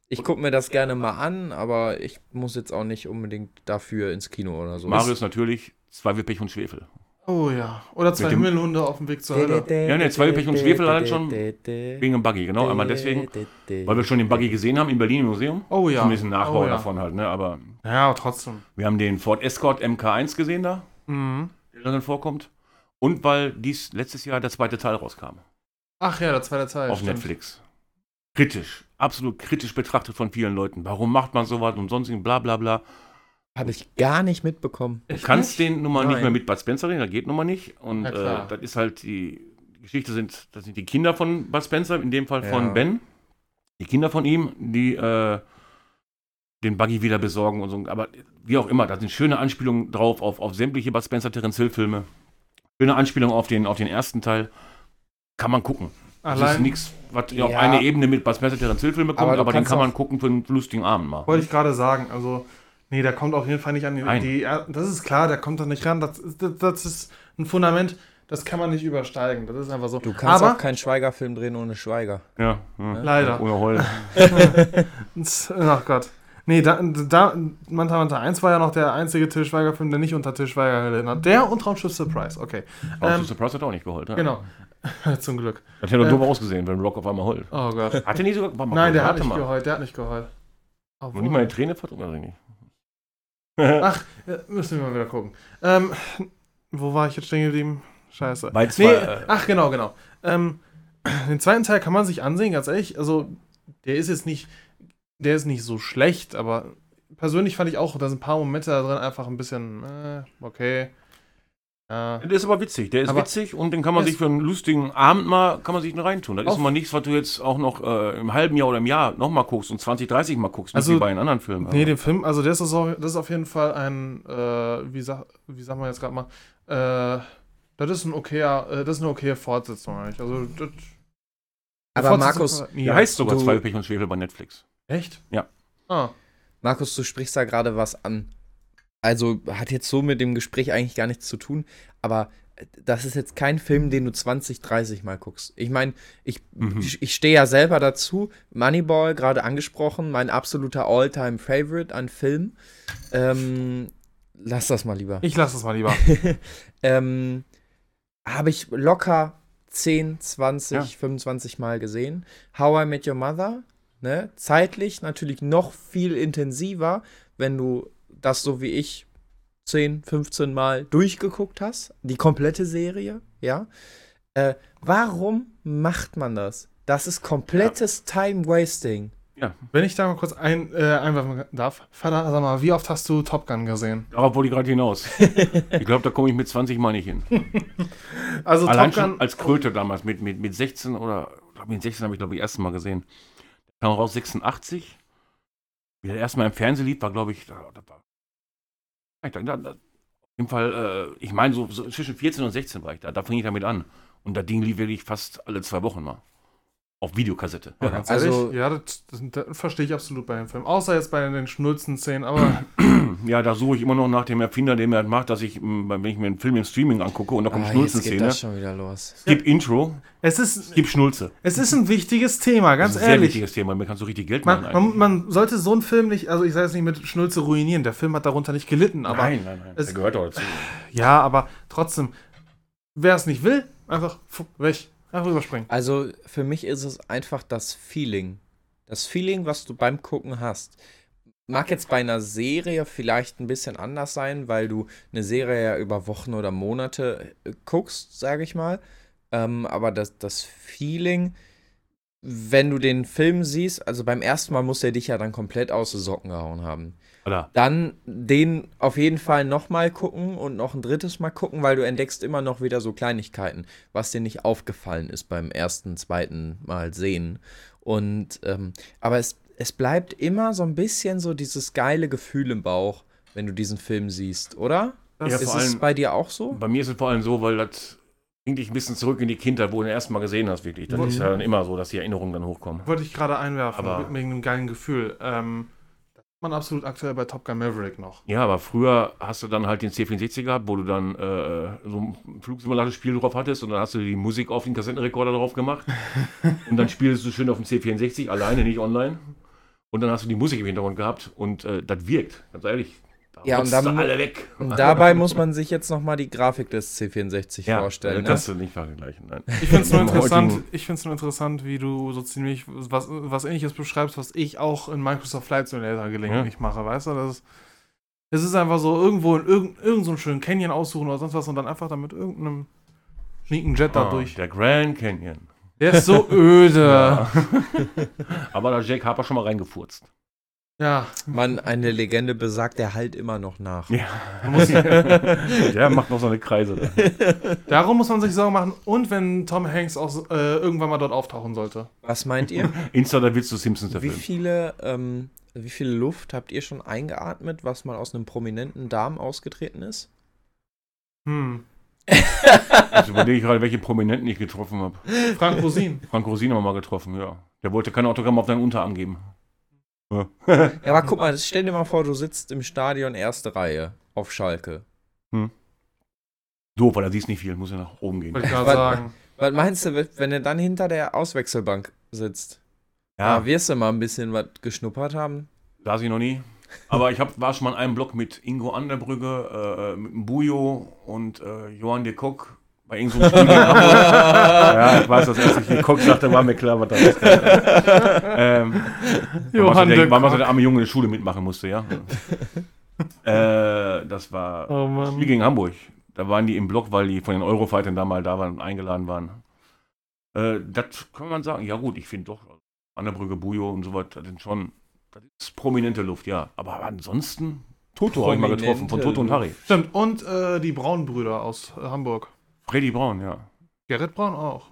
Ich gucke mir das gerne mal an, aber ich muss jetzt auch nicht unbedingt dafür ins Kino oder so. Marius natürlich, zwei wie Pech und Schwefel. *laughs* Oh ja. Oder zwei Mit dem- Himmelhunde auf dem Weg zur Hölle. Ja, ne, zwei Pech und Schwefel halt schon. Wegen dem Buggy, genau. Einmal deswegen, Äh, weil wir schon den Buggy gesehen haben in Berlin im Museum. Oh ja. Zumindest ein Nachbau oh, ja. davon halt, ne? Aber Ja, aber trotzdem. wir haben den Ford Escort MK1 gesehen da, Mhm. der dann vorkommt. Und weil dies letztes Jahr der zweite Teil rauskam. Ach ja, der zweite Teil. auf stimmt. Netflix. Kritisch. Absolut kritisch betrachtet von vielen Leuten. Warum macht man sowas und sonstigen bla bla bla. Habe ich gar nicht mitbekommen. Du Echt kannst nicht? den nun mal nicht Nein. mehr mit Bud Spencer reden, das geht nun mal nicht. Und Na äh, klar. das ist halt die die Geschichte sind, das sind die Kinder von Bud Spencer, in dem Fall von Ja. Ben. Die Kinder von ihm, die äh, den Buggy wieder besorgen und so. Aber wie auch immer, da sind schöne Anspielungen drauf auf, auf sämtliche Bud Spencer Terence Hill Filme. Schöne Anspielungen auf den, auf den ersten Teil. Kann man gucken. Das ist Allein nichts, was auf Ja. eine Ebene mit Bud Spencer Terence Hill Filme kommt, Aber aber, du den kannst kann man auch- gucken für einen lustigen Abend mal. wollte ich gerade sagen. Also, nee, der kommt auf jeden Fall nicht an die. Nein. die das ist klar, der kommt da nicht ran. Das, ist- das, das ist ein Fundament, das kann man nicht übersteigen. Das ist einfach so. Du kannst aber, auch keinen Schweigerfilm drehen ohne Schweiger. Ja, ja. Leider. Ohne Heulen. Ach Gott. Nee, da, da, Manta Manta 1 war ja noch der einzige Tischweiger-Film, der nicht unter Tischweiger gelitten hat. Der und Raumschiff Surprise, okay. Aber Ähm, Surprise hat auch nicht geholt. ne? Ja. Genau. *laughs* Zum Glück. Das hätte doch Ähm. doof ausgesehen, wenn Rock auf einmal heult. Oh Gott. Hat er nicht sogar. Warte mal, Nein, der hat warte nicht mal. geheult, der hat nicht geheult. Noch nicht mal eine Träne verdrückt, oder nicht? Ach, äh, müssen wir mal wieder gucken. Ähm, wo war ich jetzt stehen geblieben? Scheiße. Weil Nee, zwar, äh, ach genau, genau. Ähm, *clears throat* den zweiten Teil kann man sich ansehen, ganz ehrlich. Also, der ist jetzt nicht, der ist nicht so schlecht, aber persönlich fand ich auch, da sind ein paar Momente da drin einfach ein bisschen, äh, okay. Ja. Der ist aber witzig. Der ist Aber- witzig und den kann man Es- sich für einen lustigen Abend mal, kann man sich den reintun. Das ist Auf- mal nichts, was du jetzt auch noch äh, im halben Jahr oder im Jahr nochmal guckst und 20, 30 mal guckst, Also- nicht wie bei den anderen Filmen. Nee, Aber- den Film, also das ist, auch, das ist auf jeden Fall ein, äh, wie, sag, wie sagt man jetzt gerade mal, äh, das ist ein okayer, äh, das ist eine okaye Fortsetzung eigentlich. Also, das, Aber Fortsetzung- Markus, nee, der heißt sogar Du- Zwei Pech und Schwefel bei Netflix. Echt? Ja. Ah, Markus, du sprichst da gerade was an. Also hat jetzt so mit dem Gespräch eigentlich gar nichts zu tun, aber äh, das ist jetzt kein Film, den du 20, 30 Mal guckst. Ich meine, ich, Mhm. ich, ich stehe ja selber dazu. Moneyball, gerade angesprochen, mein absoluter All-Time-Favorite an Film. Ähm, lass das mal lieber. ich lasse das mal lieber. *laughs* ähm, Habe ich locker 10, 20, Ja. 25 Mal gesehen. How I Met Your Mother, ne? zeitlich natürlich noch viel intensiver, wenn du das so wie ich 10, 15 Mal durchgeguckt hast. Die komplette Serie, ja. Äh, warum macht man das? Das ist komplettes Time-Wasting. Wenn ich da mal kurz ein, äh, einwerfen darf. Vater, sag mal, wie oft hast du Top Gun gesehen? Darauf wollte ich gerade *laughs* hinaus. ich glaube, da komme ich mit 20 Mal nicht hin. Also Allein Top schon Gun, als Kröte damals, mit, mit, mit 16 oder mit 16 habe ich glaube ich das erste Mal gesehen. Da kam raus 86. Wie der erstmal im Fernsehen lief, war glaube ich, da, da war. Ja, da, da, auf jeden Fall, äh, ich meine, so, so zwischen 14 und 16 war ich da. Da fing ich damit an. Und das Ding lief wirklich fast alle zwei Wochen mal. Auf Videokassette. Ja, ganz Also- ehrlich, ja, das, das, das verstehe ich absolut bei dem Film. Außer jetzt bei den *clears throat* Schnulzen-Szenen, aber genau. Ja, da suche ich immer noch nach dem Erfinder, der mir das macht, dass ich, mm, wenn ich mir einen Film im Streaming angucke und da kommt Ah, jetzt geht Schnulzen-Szene. das schon wieder los. Gib Intro, es ist, gib Schnulze. es ist ein wichtiges Thema, ganz das ist ein sehr ehrlich. wichtiges Thema. Mir kannst du richtig Geld Man, machen. man, man sollte so einen Film nicht, also ich sage jetzt nicht mit Schnulze ruinieren, der Film hat darunter nicht gelitten, aber nein, nein, nein. es- der gehört doch dazu. ja, aber trotzdem, wer es nicht will, einfach fu- weg, einfach überspringen. Also für mich ist es einfach das Feeling. Das Feeling, was du beim Gucken hast. Mag jetzt bei einer Serie vielleicht ein bisschen anders sein, weil du eine Serie ja über Wochen oder Monate äh, guckst, sage ich mal. Ähm, aber das, das Feeling, wenn du den Film siehst, also beim ersten Mal muss der dich ja dann komplett aus den Socken gehauen haben. Alter, dann den auf jeden Fall nochmal gucken und noch ein drittes Mal gucken, weil du entdeckst immer noch wieder so Kleinigkeiten, was dir nicht aufgefallen ist beim ersten, zweiten Mal sehen. Und ähm, aber es, es bleibt immer so ein bisschen so dieses geile Gefühl im Bauch, wenn du diesen Film siehst, oder? Das Ja, ist- vor ist es allem- bei dir *laughs* auch so? bei mir ist es vor allem so, weil das bringt dich ein bisschen zurück in die Kindheit, wo du den ersten Mal gesehen hast, wirklich. Das Mhm. ist ja dann immer so, dass die Erinnerungen dann hochkommen. wollte ich gerade einwerfen, Aber- wegen einem geilen Gefühl. Ähm, das hat man absolut aktuell bei Top Gun Maverick noch. Ja, aber früher hast du dann halt den C64 gehabt, wo du dann äh, so ein Flugsimulator-Spiel drauf hattest und dann hast du die Musik auf den Kassettenrekorder drauf *laughs* gemacht und dann spielst du schön auf dem C64 alleine, nicht online. Und dann hast du die Musik im Hintergrund gehabt und äh, das wirkt, ganz ehrlich. Da Ja, und rotzt dann- du alle weg. Und dabei muss man sich jetzt nochmal die Grafik des C64 ja, vorstellen. vorstellen. ne? also Kannst du nicht vergleichen. Nein. Ich finde es nur Im interessant, heutigen- ich find's nur interessant, wie du so ziemlich was, was ähnliches beschreibst, was ich auch in Microsoft Flight Simulator gelegentlich mache, weißt du? Das ist, es ist einfach so, irgendwo in irgendeinem irgend so einen schönen Canyon aussuchen oder sonst was und dann einfach da mit irgendeinem schnieken Jet Äh, da Ah, durch. Der Grand Canyon. Der *laughs* ist so öde. *laughs* Aber da hat Jack Harper schon mal reingefurzt. Ja, Mann, eine Legende besagt, der halt immer *laughs* noch nach. Ja. der macht noch so eine Kreise. Da. darum muss man sich Sorgen machen. Und wenn Tom Hanks auch äh, irgendwann mal dort auftauchen sollte. Was meint ihr? Insta, da willst du Simpsons Wie erfüllen. viele, ähm, wie viel Luft habt ihr schon eingeatmet, was mal aus einem prominenten Darm ausgetreten ist? Hm. Jetzt überlege Also ich gerade, welche Prominenten ich getroffen habe. Frank Rosin. Frank Rosin haben wir mal getroffen, ja. Der wollte kein Autogramm auf deinen Unterarm geben. *laughs* Ja. Ja, aber guck mal, stell dir mal vor, du sitzt im Stadion erste Reihe auf Schalke. Doof, weil er sieht nicht viel, muss er nach oben gehen. wollte ich gerade sagen. Was meinst du, wenn du dann hinter der Auswechselbank sitzt? Ja, Ja, wirst du mal ein bisschen was geschnuppert haben? saß ich noch nie. Aber ich hab, war schon mal in einem Block mit Ingo Anderbrügge, äh, mit dem Bujo und äh, Johann de Kock bei irgendeinem Spiel. in Hamburg. *laughs* *laughs* ja, ich weiß, dass als ich de Kock sagte, war mir klar, was da ist. ähm, Johann der, Dirk war mal so Kock. der arme Junge in der Schule mitmachen musste, *laughs* ja. äh, das war Oh Spiel Mann. gegen Hamburg. Da waren die im Block, weil die von den Eurofightern da mal da waren und eingeladen waren. Äh, das kann man sagen. Ja, gut, ich finde doch, also, Annabrücke, Bujo und so weiter, das sind schon das ist prominente Luft, ja. Aber ansonsten, Toto habe ich mal getroffen, von Toto und Harry. Stimmt. Und äh, die Braun-Brüder aus äh, Hamburg. Freddy Braun, ja. Gerrit Braun auch.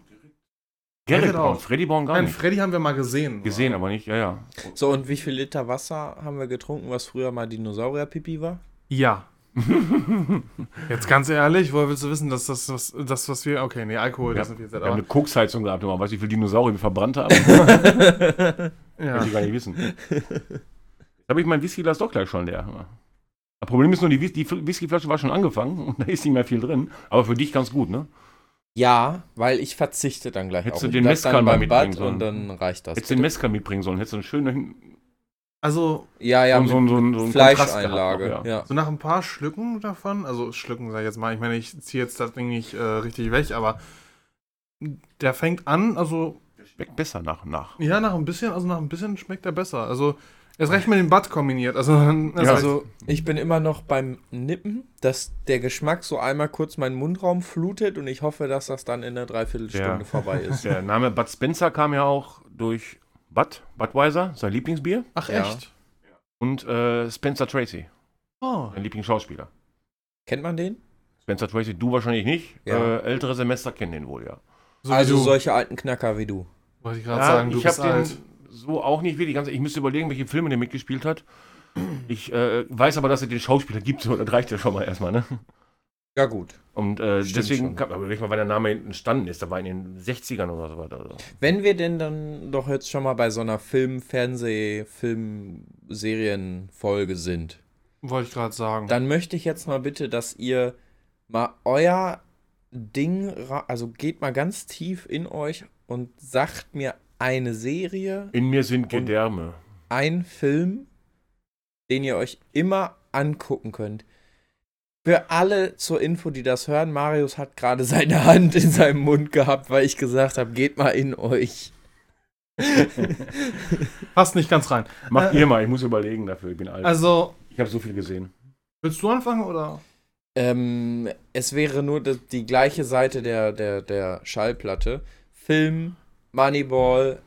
Gerrit Gerrit Braun, auch. Freddy Braun gar Nein, nicht. Freddy haben wir mal gesehen. Gesehen, aber nicht, ja, ja. So, und wie viel Liter Wasser haben wir getrunken, was früher mal *laughs* Dinosaurier-Pipi war? Ja. Jetzt ganz ehrlich, woher willst du wissen, dass das, was, das, was wir. Okay, nee, Alkohol, das sind wir jetzt. Wir haben Aber, eine Koksheizung gehabt, man weiß nicht, wie viele Dinosaurier wir verbrannt haben. *laughs* ja. Will ich gar nicht wissen. Jetzt habe ich mein Whiskyglas doch gleich schon leer. Das Problem ist nur, die, Whis die Whiskyflasche war schon angefangen und *laughs* da ist nicht mehr viel drin. Aber für dich ganz gut, ne? Ja, weil ich verzichte dann gleich Hättest du auch. Ich den bleib Mezcal dann mal beim Bad mitbringen sollen. und dann reicht das. Hättest du den Mescal mitbringen sollen, hättest du einen schönen Also, ja, ja, um so, so, so, so einen Kontrast gehabt noch, Fleischeinlage. ja. ja. so nach ein paar Schlücken davon, also Schlücken sag ich jetzt mal, ich meine, ich ziehe jetzt das Ding nicht äh, richtig weg, aber der fängt an, also, Schmeckt besser nach und nach. ja, nach ein bisschen, also nach ein bisschen schmeckt er besser. Also, erst recht mit dem Bad kombiniert. Also, dann- Ja. Also ich bin immer noch beim Nippen, dass der Geschmack so einmal kurz meinen Mundraum flutet und ich hoffe, dass das dann in einer Dreiviertelstunde Ja. *laughs* vorbei ist. Der Name Bud Spencer kam ja auch durch Bud, Budweiser, sein Lieblingsbier, ach, Ja. echt? und äh, Spencer Tracy, Oh. sein Lieblingsschauspieler. Kennt man den? Spencer Tracy, du wahrscheinlich nicht. Ja. Äh, ältere Semester kennen den wohl, ja. So also also, du, solche alten Knacker wie du. wollte ich gerade Ja, sagen, du ich bist habe den alt. so auch nicht wirklich. Ganz, ich müsste überlegen, welche Filme der mitgespielt hat. Ich äh, weiß aber, dass es den Schauspieler gibt. so, Das reicht ja schon mal erstmal, ne? Ja, gut. Und äh, Stimmt deswegen, schon. kann, aber überleg mal, wann der Name entstanden ist. Da war in den 60ern oder so weiter. Also. Wenn wir denn dann doch jetzt schon mal bei so einer Film-, Fernseh-, Film-, Serienfolge sind, Wollte ich gerade sagen. dann möchte ich jetzt mal bitte, dass ihr mal euer Ding, ra- also geht mal ganz tief in euch und sagt mir eine Serie, In mir sind Gedärme. einen Film, den ihr euch immer angucken könnt. Für alle zur Info, die das hören, Marius hat gerade *laughs* seine Hand in seinem Mund gehabt, weil ich gesagt habe, geht mal in euch. Passt nicht ganz rein. Macht Äh, ihr mal, ich muss überlegen dafür. Ich bin alt. Also, ich habe so viel gesehen. willst du anfangen oder? Ähm, es wäre nur das- die gleiche Seite der, der, der Schallplatte. Film, Moneyball,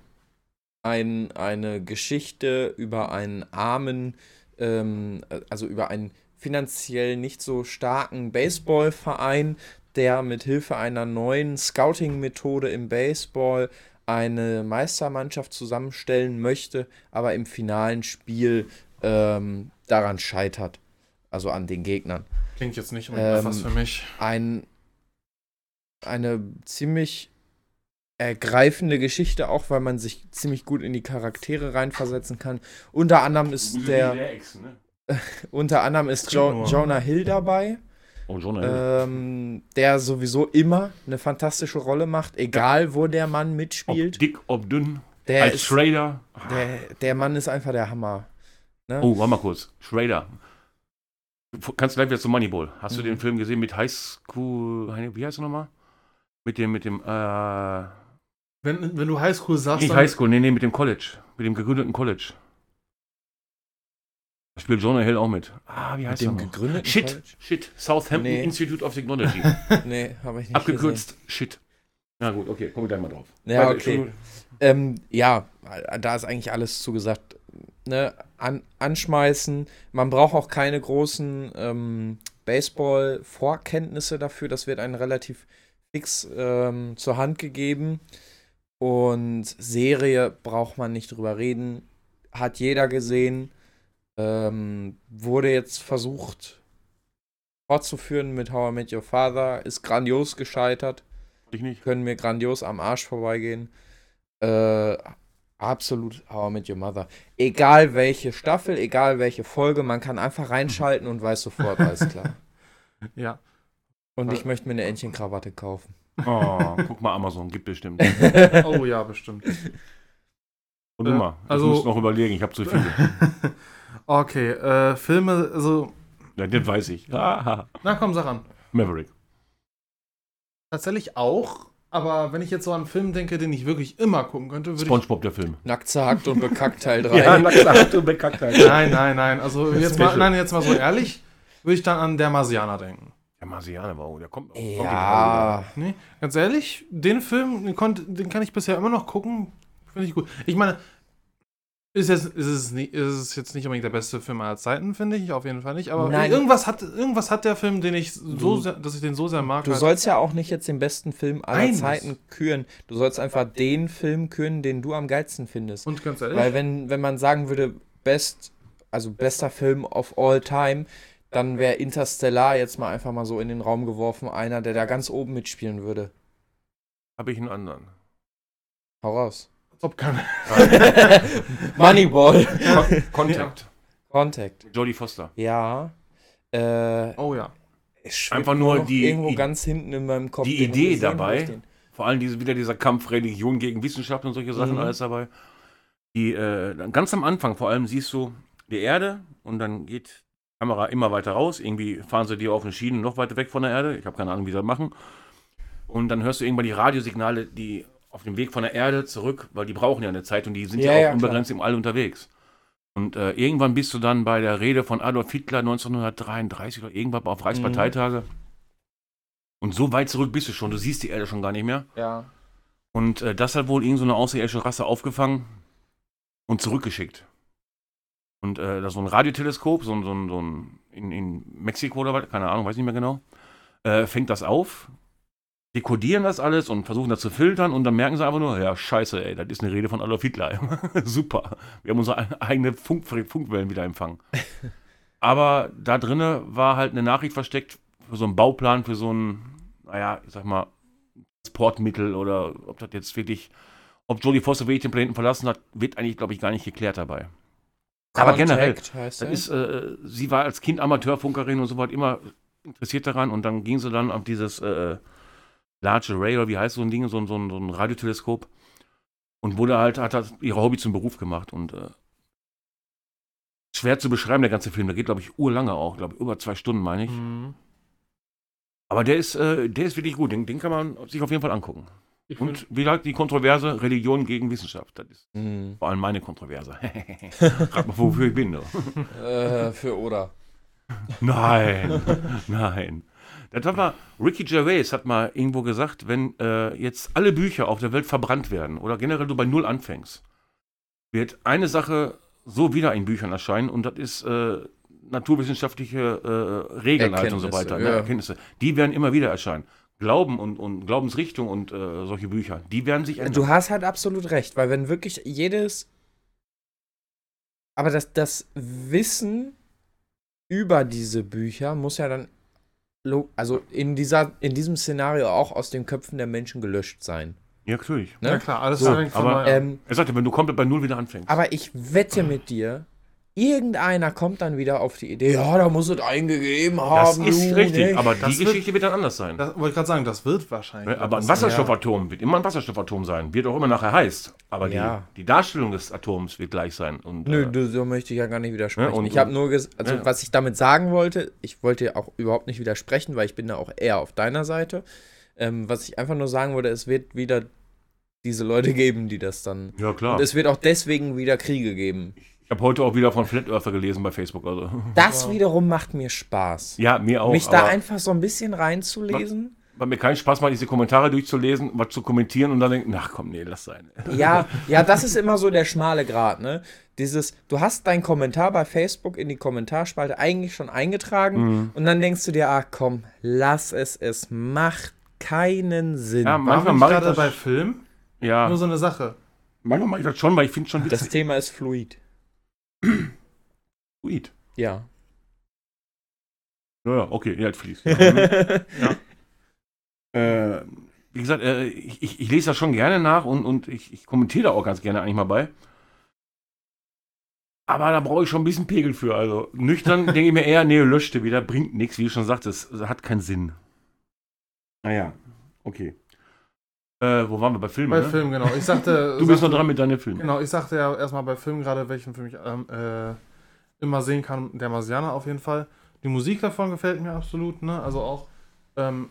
ein, eine Geschichte über einen armen, ähm, also über einen finanziell nicht so starken Baseballverein, der mit Hilfe einer neuen Scouting-Methode im Baseball eine Meistermannschaft zusammenstellen möchte, aber im finalen Spiel ähm, daran scheitert, also an den Gegnern Klingt jetzt nicht unbedingt Ähm, was für mich. ein, eine ziemlich ergreifende Geschichte, auch weil man sich ziemlich gut in die Charaktere reinversetzen kann. Unter anderem ist der, unter anderem ist jo Nur. Jonah Hill dabei, Oh, schon, Äh, ey. ähm, der sowieso immer eine fantastische Rolle macht, egal wo der Mann ob mitspielt. dick, ob dünn. Der, als ist, Schrader. der, der Mann ist einfach der Hammer. Oh, warte mal kurz. Schrader. Kannst du gleich wieder zu Moneyball. Hast du Mhm. den Film gesehen mit Highschool. Wie heißt er nochmal? Mit dem, mit dem, äh. Wenn, wenn du Highschool sagst, Nicht dann- *laughs* Highschool, nee, nee, mit dem College. Mit dem gegründeten College. Da spielt Jonah Hill auch mit. Ah, wie Mit heißt er dem noch? gegründeten Shit, shit. Southampton Nee. Institute of *laughs* Technology. College? Nee, habe ich nicht gesehen. Abgekürzt, shit. Na gut, okay, komm ich gleich mal drauf. Ja, Warte, okay. Entschuldigung. Ähm, ja, da ist eigentlich alles zugesagt. Ne? An, anschmeißen. Man braucht auch keine großen ähm, Baseball-Vorkenntnisse dafür. Das wird einem relativ fix ähm, zur Hand gegeben. Und Serie braucht man nicht drüber reden. Hat jeder gesehen. Ähm, wurde jetzt versucht fortzuführen mit How I Met Your Father. Ist grandios gescheitert Ich nicht. können mir grandios am Arsch vorbeigehen. Äh, absolut How I Met Your Mother. Egal welche Staffel, egal welche Folge, man kann einfach reinschalten und weiß sofort, alles klar. Ja. Und ich möchte mir eine Entchenkrawatte kaufen. *laughs* Oh, guck mal, Amazon gibt *laughs* bestimmt. Oh ja, bestimmt. *laughs* Und Äh, immer. also- ich muss noch überlegen, ich habe zu viel. okay, äh, Filme, also. Ja, das weiß *laughs* ich. Ah. Haha. Na komm, sag an. Maverick. Tatsächlich auch, aber wenn ich jetzt so an einen Film denke, den ich wirklich immer gucken könnte, würde Spongebob, der Film. Nackt zerhackt und bekackt Teil 3. na klar, du Bekacktheit. ich. Nein, nein, nein. *laughs* Also jetzt mal, Special. nein, jetzt mal so ehrlich, würde ich dann an Der Marsianer denken. Der Marsianer war auch, der kommt. kommt ja. Nee, ganz ehrlich, den Film, den, konnt, den kann ich bisher immer noch gucken. Finde ich gut. Ich meine, ist, jetzt, ist, es nie, ist es jetzt nicht unbedingt der beste Film aller Zeiten, finde ich, auf jeden Fall nicht. Aber Nein. irgendwas hat irgendwas hat der Film, den ich so Du- sehr, dass ich den so sehr mag. Du halt. sollst ja auch nicht jetzt den besten Film aller Nein, das- Zeiten küren. Du sollst einfach den Film küren, den du am geilsten findest. Und ganz ehrlich, Weil wenn, wenn man sagen würde, best, also bester Film of all time, dann wäre Interstellar jetzt mal einfach mal so in den Raum geworfen, einer, der da ganz oben mitspielen würde. Habe ich einen anderen. *laughs* Hau raus. Top Gun. Moneyball. Con Contact. Contact. Jodie Foster. Ja. Äh, Oh ja. es schwebt Einfach nur immer noch die irgendwo I- ganz hinten in meinem Kopf. die Den hab ich Idee gesehen, hab dabei. ich den. Vor allem diese, wieder dieser Kampf Religion gegen Wissenschaft und solche Sachen Mhm. alles dabei. Die, äh, dann ganz am Anfang vor allem siehst du die Erde und dann geht die Kamera immer weiter raus. Irgendwie fahren sie dir auf den Schienen noch weiter weg von der Erde. Ich habe keine Ahnung, wie sie das machen. Und dann hörst du irgendwann die Radiosignale, die auf dem Weg von der Erde zurück, weil die brauchen ja eine Zeit und die sind ja, Ja, auch ja, klar. unbegrenzt im All unterwegs. Und äh, irgendwann bist du dann bei der Rede von Adolf Hitler 1933 oder irgendwann auf Reichsparteitage. Mhm. Und so weit zurück bist du schon, du siehst die Erde schon gar nicht mehr. Ja. Und äh, das hat wohl irgendeine so eine außerirdische Rasse aufgefangen und zurückgeschickt. Und äh, das ist so ein Radioteleskop, so ein, so ein, so ein in, in Mexiko oder was, keine Ahnung, weiß nicht mehr genau, äh, fängt das auf, dekodieren das alles und versuchen das zu filtern und dann merken sie einfach nur, ja, scheiße, ey, das ist eine Rede von Adolf Hitler. *laughs* Super. Wir haben unsere *laughs* eigene Funk Funkwellen wieder empfangen. Aber da drinne war halt eine Nachricht versteckt für so einen Bauplan, für so ein, naja, ich sag mal, Transportmittel oder ob das jetzt wirklich, ob Jodie Foster wirklich den Planeten verlassen hat, wird eigentlich, glaube ich, gar nicht geklärt dabei. Aber generell, Contact Heißt das er. ist, äh, sie war als Kind Amateurfunkerin und so was immer interessiert daran und dann ging sie dann auf dieses äh, Large Array oder wie heißt so ein Ding, so, ein- so, ein- so ein Radioteleskop und wurde halt, hat das ihre Hobby zum Beruf gemacht und äh, schwer zu beschreiben, der ganze Film, der geht, glaube ich, urlange auch, glaube über zwei Stunden, meine ich. Mhm. Aber der ist, äh, der ist wirklich gut, den, den kann man sich auf jeden Fall angucken. Ich find- Und wie gesagt, die Kontroverse Religion gegen Wissenschaft, das ist Hm. vor allem meine Kontroverse. *laughs* Rat mal, wofür ich bin. Du. Äh, für Oda. Nein, *laughs* nein. Das hat mal, Ricky Gervais hat mal irgendwo gesagt, wenn äh, jetzt alle Bücher auf der Welt verbrannt werden oder generell du bei Null anfängst, wird eine Sache so wieder in Büchern erscheinen und das ist äh, naturwissenschaftliche äh, Regeln halt und so Erkenntnisse, weiter, ne? ja. Erkenntnisse. Die werden immer wieder erscheinen. Glauben und, und Glaubensrichtung und äh, solche Bücher, die werden sich ändern. Du hast halt absolut recht, weil wenn wirklich jedes. Aber das, das Wissen über diese Bücher muss ja dann. lo- Also in, dieser, in diesem Szenario auch aus den Köpfen der Menschen gelöscht sein. ja, natürlich. Ne? Ja klar, alles So, fängt von aber, neu an. Ähm, Er sagte, wenn du komplett bei Null wieder anfängst. aber ich wette mit dir, irgendeiner kommt dann wieder auf die Idee, ja, da muss es eingegeben das haben. ist du, richtig, ne? aber Das die wird- Geschichte wird dann anders sein. Das wollte ich gerade sagen, das wird wahrscheinlich. Ne, aber ein was Wasserstoffatom wird immer ein Wasserstoffatom sein, wird auch immer nachher heißt. Aber Ja. die, die Darstellung des Atoms wird gleich sein. Und, Nö, äh, du, so möchte ich ja gar nicht widersprechen. Ja, und- ich habe nur, ges also Ja. was ich damit sagen wollte, ich wollte ja auch überhaupt nicht widersprechen, weil ich bin da auch eher auf deiner Seite. Ähm, was ich einfach nur sagen wollte, es wird wieder diese Leute geben, die das dann. ja, klar. Und es wird auch deswegen wieder Kriege geben. Ich habe heute auch wieder von Flat Earther gelesen bei Facebook. Also. *laughs* Das wiederum macht mir Spaß. Ja, mir auch. Mich da aber einfach so ein bisschen reinzulesen. weil mir keinen Spaß macht, diese Kommentare durchzulesen, was zu kommentieren und dann denken, ach komm, nee, lass sein. Ja, ja, das ist immer so der schmale Grat, ne? Dieses, du hast deinen Kommentar bei Facebook in die Kommentarspalte eigentlich schon eingetragen und dann denkst du dir, ah komm, lass es, es macht keinen Sinn. Ja, manchmal Manchmal mache ich mache ich, gerade bei das- Film nur ja, so eine Sache. manchmal mach ich das schon, weil ich finde schon das witzig. Thema ist fluid. Fluid. Ja. Ja, ja, okay, ja, das *laughs* fließt. Ja. mhm. ja. äh, wie gesagt, äh, ich, ich, ich lese das schon gerne nach und, und ich, ich kommentiere da auch ganz gerne eigentlich mal bei. Aber da brauche ich schon ein bisschen Pegel für. Also nüchtern denke ich mir eher, nee, löschte wieder, bringt nichts, wie du schon sagtest, es hat keinen Sinn. Naja, Ah okay. Äh, wo waren wir bei Filmen? Bei ne? Film, genau. Ich sagte. Du bist noch sagte, dran mit deinen Filmen. Genau, ich sagte ja erstmal bei Film gerade, welchen Film ich ähm, äh, immer sehen kann, der Marsianer auf jeden Fall. Die Musik davon gefällt mir absolut, ne? Also auch. Ähm,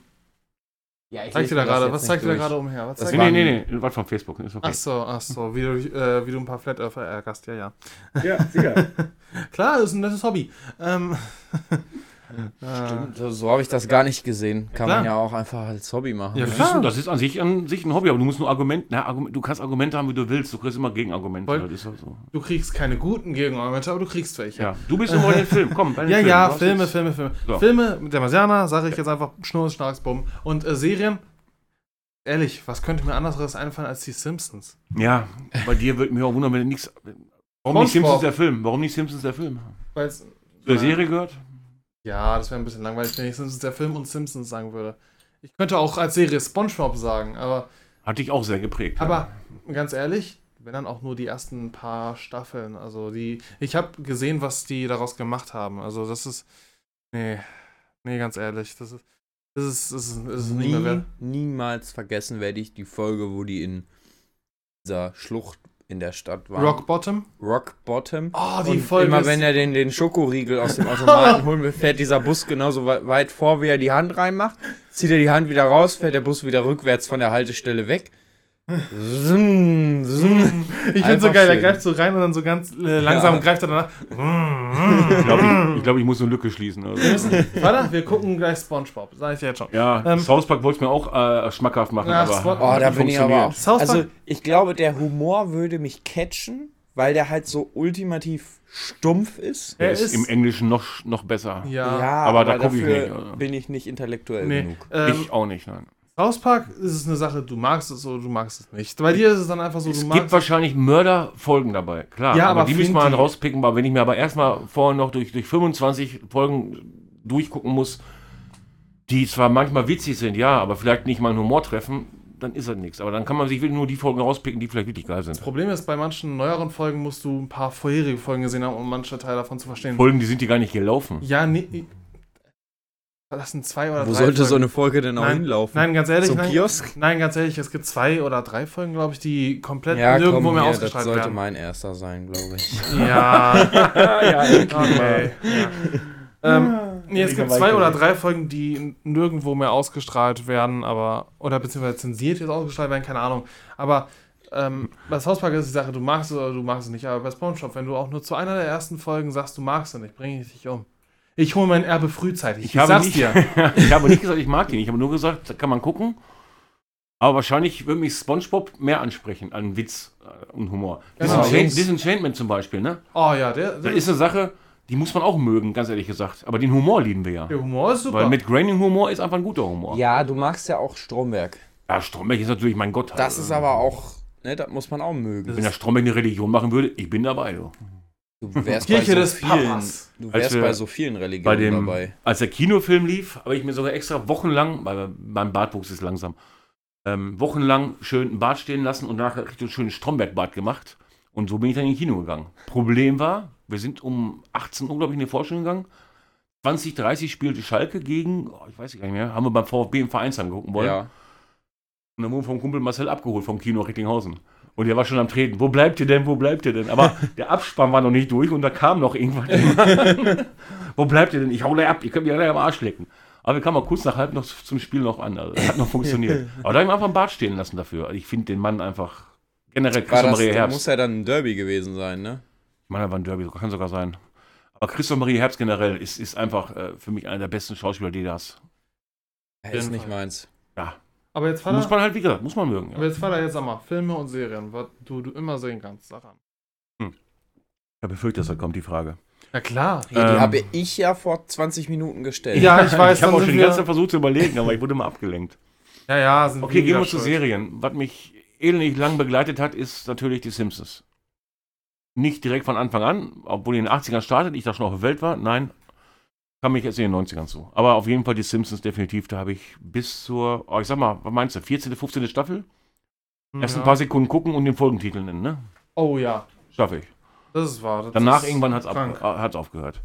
ja zeig dir da gerade, was zeigt dir da gerade umher? Was Das zeigt Nee, waren- nee, nee, nee, was von Facebook, ist okay. Ach so, ach so, wie du, äh, wie du ein paar Flat Earther ärgerst, ja, ja. Ja, sicher. *laughs* Klar, ist ein nettes Hobby. Ähm, *laughs* Äh, So, so habe ich das gar nicht gesehen. Kann klar. man ja auch einfach als Hobby machen. Ja, Das klar. ist, das ist an, sich, an sich ein Hobby, aber du musst nur Argumente, na, Argument, du kannst Argumente haben, wie du willst, du kriegst immer Gegenargumente. Voll. Das ist halt so. du kriegst keine guten Gegenargumente, aber du kriegst welche. Ja, du bist immer in den Film, komm. bei den Ja, Filmen. ja, Du hast Filme, jetzt- Filme, Filme. So. Filme mit der Marsianer, sage ich jetzt einfach Schnurz, Schnarks, Bumm. Und äh, Serien, ehrlich, was könnte mir anderes einfallen als die Simpsons? Ja, bei dir würde mich auch wundern, wenn nichts. Warum SpongeBob. nicht Simpsons der Film? Warum nicht Simpsons der Film? Weil's, Zur Ja. Serie gehört? ja, das wäre ein bisschen langweilig, wenn ich Simpsons der Film und Simpsons sagen würde. Ich könnte auch als Serie Spongebob sagen, aber, Hat dich auch sehr geprägt. aber ganz ehrlich, wenn dann auch nur die ersten paar Staffeln. Also die, ich habe gesehen, was die daraus gemacht haben. Also das ist, nee, nee, ganz ehrlich, das ist, das ist, das ist, das ist nicht mehr Nie, wert. niemals vergessen werde ich die Folge, wo die in dieser Schlucht in der Stadt waren. Rock Bottom. Rock Bottom. Oh, Und immer wenn er den, den Schokoriegel aus dem *laughs* Automaten holen will, fährt dieser Bus genauso wei- weit vor, wie er die Hand reinmacht. Zieht er die Hand wieder raus, fährt der Bus wieder rückwärts von der Haltestelle weg. *laughs* Zum, zum. Ich finde Einfach so geil, er schön. greift so rein und dann so ganz äh, langsam Ja. greift er danach. *laughs* Ich glaube, ich, ich, glaub, ich muss eine Lücke schließen. Also. Warte, wir gucken gleich Spongebob, sag ich dir jetzt schon. Ja, Ähm. South Park wollte ich mir auch äh, schmackhaft machen, Ja, aber. Spon- Oh, da bin ich funktioniert. aber auch. South Park- Also, ich glaube, der Humor würde mich catchen, weil der halt so ultimativ stumpf ist. Der Er ist, ist- im Englischen noch, noch besser. Ja. aber da guck ich dafür nicht, also. bin ich nicht intellektuell Nee, genug. ähm, ich auch nicht, nein. South Park ist es eine Sache, du magst es oder du magst es nicht. Bei dir ist es dann einfach so, du Es gibt magst wahrscheinlich Mörderfolgen dabei, klar. Ja, aber, aber die müssen find wir dann die- rauspicken. Aber wenn ich mir aber erstmal vorher noch durch, durch 25 Folgen durchgucken muss, die zwar manchmal witzig sind, ja, aber vielleicht nicht mal einen Humor treffen, dann ist das nichts. Aber dann kann man sich wirklich nur die Folgen rauspicken, die vielleicht wirklich geil sind. Das Problem ist, bei manchen neueren Folgen musst du ein paar vorherige Folgen gesehen haben, um manche Teile davon zu verstehen. Folgen, die sind die gar nicht gelaufen. Ja, nee. Das sind zwei oder Wo drei sollte so Folgen. eine Folge denn auch Nein, hinlaufen? Nein, ganz ehrlich, Zum nein, Kiosk? nein, ganz ehrlich, es gibt zwei oder drei Folgen, glaube ich, die komplett Ja, nirgendwo komm, mehr hier, das ausgestrahlt sollte werden. mein erster sein, glaube ich. *laughs* *laughs* Ja, ja, Ah, okay. ja. Ähm, nee, es Ja, gibt weiß zwei ich oder nicht. drei Folgen, die nirgendwo mehr ausgestrahlt werden, aber oder beziehungsweise zensiert jetzt ausgestrahlt werden, keine Ahnung. Aber ähm, bei South Park ist die Sache, du magst es oder du magst es nicht. Aber bei SpongeBob, wenn du auch nur zu einer der ersten Folgen sagst, du magst es nicht, bringe ich dich um. Ich hole mein Erbe frühzeitig. Ich, habe sag's nicht, *laughs* dir. ich habe nicht gesagt, ich mag die nicht. Ich habe nur gesagt, da kann man gucken. Aber wahrscheinlich würde mich Spongebob mehr ansprechen an Witz äh, und Humor. Genau. Disenchant, Jungs. Disenchantment zum Beispiel, ne? Oh ja, der, Das der, ist eine Sache, die muss man auch mögen, ganz ehrlich gesagt. Aber den Humor lieben wir ja. der Humor ist super. Weil mit Groening Humor ist einfach ein guter Humor. Ja, Ja, du magst ja auch Stromberg. Stromberg ist natürlich mein Gott. Also, Das ist aber auch, ne, das muss man auch mögen. Wenn der Stromberg eine Religion machen würde, ich bin dabei. Du. Du wärst Kirche bei so des vielen, Papas. du Als wärst wir bei so vielen Religionen Bei dem, dabei. als der Kinofilm lief, habe ich mir sogar extra wochenlang, weil mein Bartwuchs ist langsam, ähm, wochenlang schön einen Bart stehen lassen und nachher richtig schön einen Stromberg-Bart gemacht. Und so bin ich dann ins Kino gegangen. Problem war, wir sind um 18 Uhr, glaube ich, in die Vorstellung gegangen. 2030 spielte Schalke gegen, oh, ich weiß gar nicht mehr, haben wir beim VfB im Vereinsheim gucken wollen. Ja. Und dann wurden vom Kumpel Marcel abgeholt vom Kino Recklinghausen. Und der war schon am Treten. Wo bleibt ihr denn? Wo bleibt ihr denn? *laughs* Aber der Abspann war noch nicht durch und da kam noch *laughs* irgendwann. Wo bleibt ihr denn? Ich hau gleich ab. Ihr könnt mir gleich am Arsch lecken. Aber wir kamen mal kurz nach halb noch zum Spiel noch an. Also, das hat noch *laughs* funktioniert. Aber da habe ich mir einfach einen Bart stehen lassen dafür. Also, ich finde den Mann einfach generell War Christoph das, Maria das Herbst. muss ja dann ein Derby gewesen sein, ne? Ich meine, er war ein Derby, kann sogar sein. Aber Christoph Maria Herbst generell ist, ist einfach äh, für mich einer der besten Schauspieler, die das. Ist jeden nicht Fall. meins. aber jetzt Muss Vater, man halt, wie gesagt, muss man mögen. Ja. aber jetzt Vater, jetzt sag mal, Filme und Serien, was du, du immer sehen kannst, sag an. Ich befürchte, dass da kommt die Frage. Na klar. Hier, Ähm. die habe ich ja vor 20 Minuten gestellt. Ja, ich weiß, ich habe dann auch schon sind die ganze Zeit wir, versucht zu überlegen, aber ich wurde immer abgelenkt. *laughs* Ja, ja, sind Okay, gehen wir wieder zu schuld. Serien. Was mich ähnlich lang begleitet hat, ist natürlich die Simpsons. Nicht direkt von Anfang an, obwohl die in den 80ern startet, ich da schon auf der Welt war. Nein, kam mich erst in den 90ern zu. Aber auf jeden Fall die Simpsons definitiv. Da habe ich bis zur, oh, ich sag mal, was meinst du, 14., 15. Staffel? Erst ein paar Sekunden gucken und den Folgentitel nennen, ne? Oh ja, Schaffe ich. das ist wahr. Das Danach ist irgendwann hat's, ab, krank. äh, hat's aufgehört.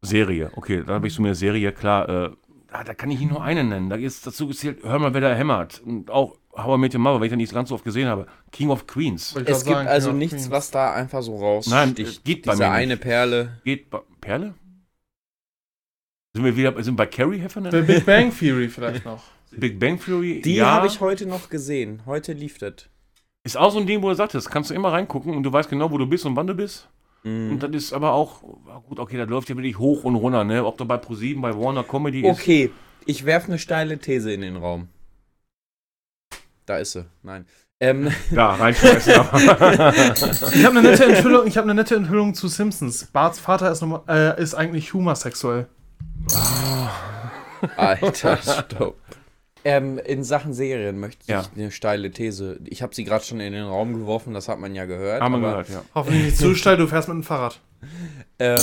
Serie, okay, dann habe ich zu mir Serie, klar, äh, ah, da kann ich nicht nur eine nennen. Da ist dazu gezählt, hör mal, wer da hämmert. Und auch How I Met Your Mother, weil ich dann nicht ganz so oft gesehen habe. King of Queens. Wollte ich Es grad gibt sagen, also King of nichts, Queens. was da einfach so raussticht. Nein, äh, geht bei Diese mir nicht. eine Perle. Geht bei Perle? Sind wir wieder sind wir bei Carrie The Heffernan? Big Bang Theory vielleicht noch. Big Bang Theory? Die ja, habe ich heute noch gesehen. Heute lief das. Ist auch so ein Ding, wo du sagtest, kannst du immer reingucken und du weißt genau, wo du bist und wann du bist. Mhm. Und das ist aber auch, ah, gut, okay, das läuft ja wirklich hoch und runter, ne? Ob du bei ProSieben, bei Warner Comedy ist. Okay, ich werfe eine steile These in den Raum. Da ist sie. Nein. Ähm, Da, reinschmeißen. *laughs* Ich habe eine nette Enthüllung, ich habe eine nette Enthüllung zu Simpsons. Barts Vater ist, normal- äh, ist eigentlich humasexuell. *laughs* Alter, stopp. Ähm, in Sachen Serien möchte Ja. ich eine steile These. Ich habe sie gerade schon in den Raum geworfen, das hat man ja gehört. Haben wir aber, gehört, ja. Hoffentlich nicht zu steil, du fährst mit dem Fahrrad. Ähm,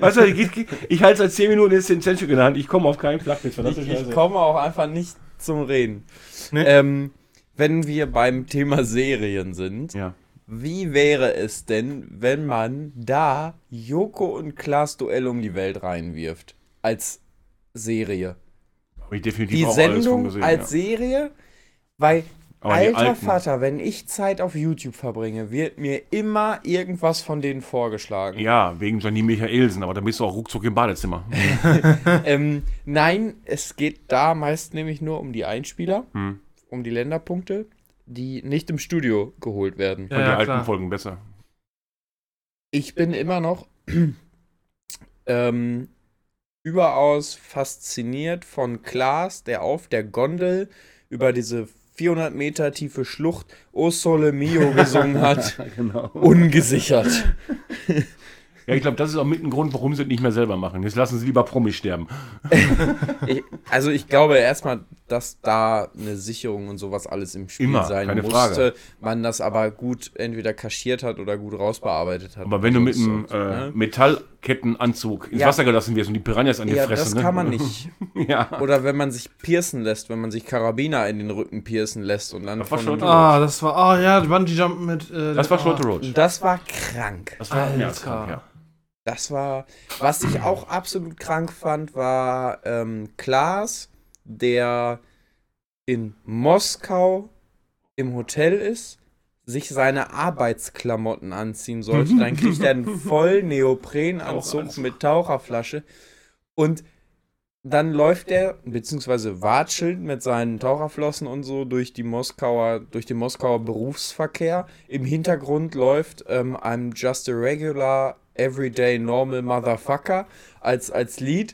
Weißt du, ich, ich, ich halte seit 10 Minuten jetzt den Zenschuk in der Hand. Ich komme auf keinen Flachwitz. ich ich also. komme auch einfach nicht zum Reden. Nee. Ähm, wenn wir beim Thema Serien sind, Ja. wie wäre es denn, wenn man da Joko und Klaas Duell um die Welt reinwirft? Als Serie. Habe ich definitiv Die auch alles von Sendung gesehen. als ja. Serie, weil Aber die Alter alten. Vater, wenn ich Zeit auf YouTube verbringe, wird mir immer irgendwas von denen vorgeschlagen. ja, wegen Janine Michaelsen, aber dann bist du auch ruckzuck im Badezimmer. Ähm, nein, es geht da meist nämlich nur um die Einspieler, *laughs* Hm. um die Länderpunkte, die nicht im Studio geholt werden. Und die alten Folgen besser. Ich bin immer noch *clears throat* ähm, überaus fasziniert von Klaas, der auf der Gondel über diese 400 Meter tiefe Schlucht O Sole Mio *laughs* gesungen hat. genau. Ungesichert. Ja, ich glaube, das ist auch mit ein Grund, warum sie es nicht mehr selber machen. Jetzt lassen sie lieber Promis sterben. Ich, also ich glaube erstmal, dass da eine Sicherung und sowas alles im Spiel Immer, sein keine musste. Frage. Man das aber gut entweder kaschiert hat oder gut rausbearbeitet hat. Aber wenn du mit einem So, äh, ne? Metallkettenanzug ins Ja. Wasser gelassen wirst und die Piranhas an dir Ja, fressen. das ne? kann man nicht. *laughs* ja. Oder wenn man sich piercen lässt, wenn man sich Karabiner in den Rücken piercen lässt und dann Das war von schon- einem, Ah, das war. Ah, ja, Bungee Jump mit. Äh, Das war ah. Short Roach. Das war krank. Das war Alter. ja, das war- ja. Das war, was ich auch absolut krank fand, war ähm, Klaas, der in Moskau im Hotel ist, sich seine Arbeitsklamotten anziehen sollte. Dann kriegt *laughs* er einen voll Neoprenanzug Taucheranzug. mit Taucherflasche und dann läuft er, beziehungsweise watschelt mit seinen Taucherflossen und so durch die Moskauer, durch den Moskauer Berufsverkehr. Im Hintergrund läuft ähm, I'm just a regular, everyday, normal motherfucker als, als Lied.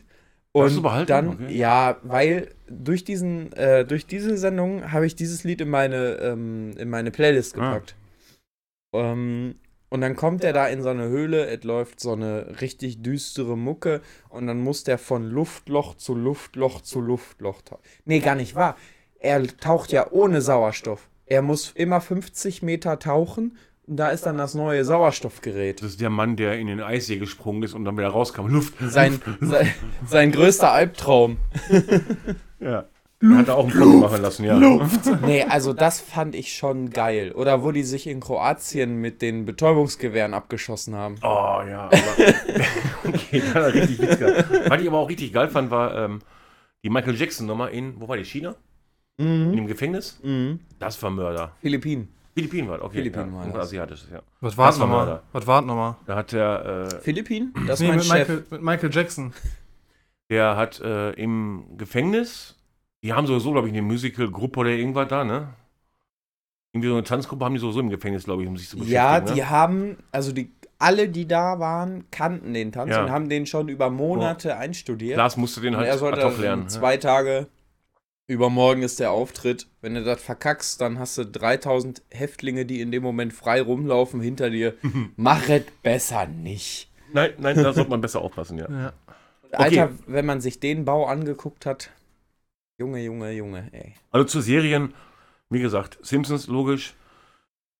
Hast Und du behalten? dann, Okay. ja, weil durch diesen, äh, durch diese Sendung habe ich dieses Lied in meine, ähm, in meine Playlist Ah. gepackt. Ähm, und dann kommt er da in so eine Höhle, es läuft so eine richtig düstere Mucke und dann muss der von Luftloch zu Luftloch zu Luftloch tauchen. Nee, gar nicht wahr. Er taucht ja ohne Sauerstoff. Er muss immer 50 Meter tauchen und da ist dann das neue Sauerstoffgerät. Das ist der Mann, der in den Eissee gesprungen ist und dann wieder rauskam. Luft. Sein, sein, sein größter Albtraum. Ja. Luft, hat er auch einen Foto machen lassen, ja. Luft. Nee, also das fand ich schon geil. Oder wo die sich in Kroatien mit den Betäubungsgewehren abgeschossen haben. Oh ja, *laughs* aber. okay, da hat er richtig Witz gehabt. Was ich aber auch richtig geil fand, war ähm, die Michael Jackson-Nummer in, wo war die? China? In Mhm. Hm? dem Gefängnis? Das war Mörder. Philippinen. Philippinen war das, okay. Philippinen ja. war Und das. Asiatisches, ja. Ah. Was Das war's war nochmal? Mörder. Was war's nochmal? Da hat er. Äh, Philippinen? Das ist Nee, mein mit Chef. Michael, mit Michael Jackson. Der hat äh, im Gefängnis, die haben sowieso, glaube ich, eine Musical-Gruppe oder irgendwas da, ne? Irgendwie so eine Tanzgruppe haben die sowieso im Gefängnis, glaube ich, um sich zu beschäftigen. Ja, die ne? haben, also die, alle, die da waren, kannten den Tanz Ja. und haben den schon über Monate einstudiert. Lars musste den und halt er sollte ad hoc das lernen. lernen, ne? zwei Tage. Übermorgen ist der Auftritt. Wenn du das verkackst, dann hast du 3000 Häftlinge, die in dem Moment frei rumlaufen hinter dir. Mach es besser nicht. Nein, nein, da sollte man besser aufpassen, ja. Ja. Okay. Alter, wenn man sich den Bau angeguckt hat. Junge, Junge, Junge, ey. Also zu Serien, wie gesagt, Simpsons, logisch.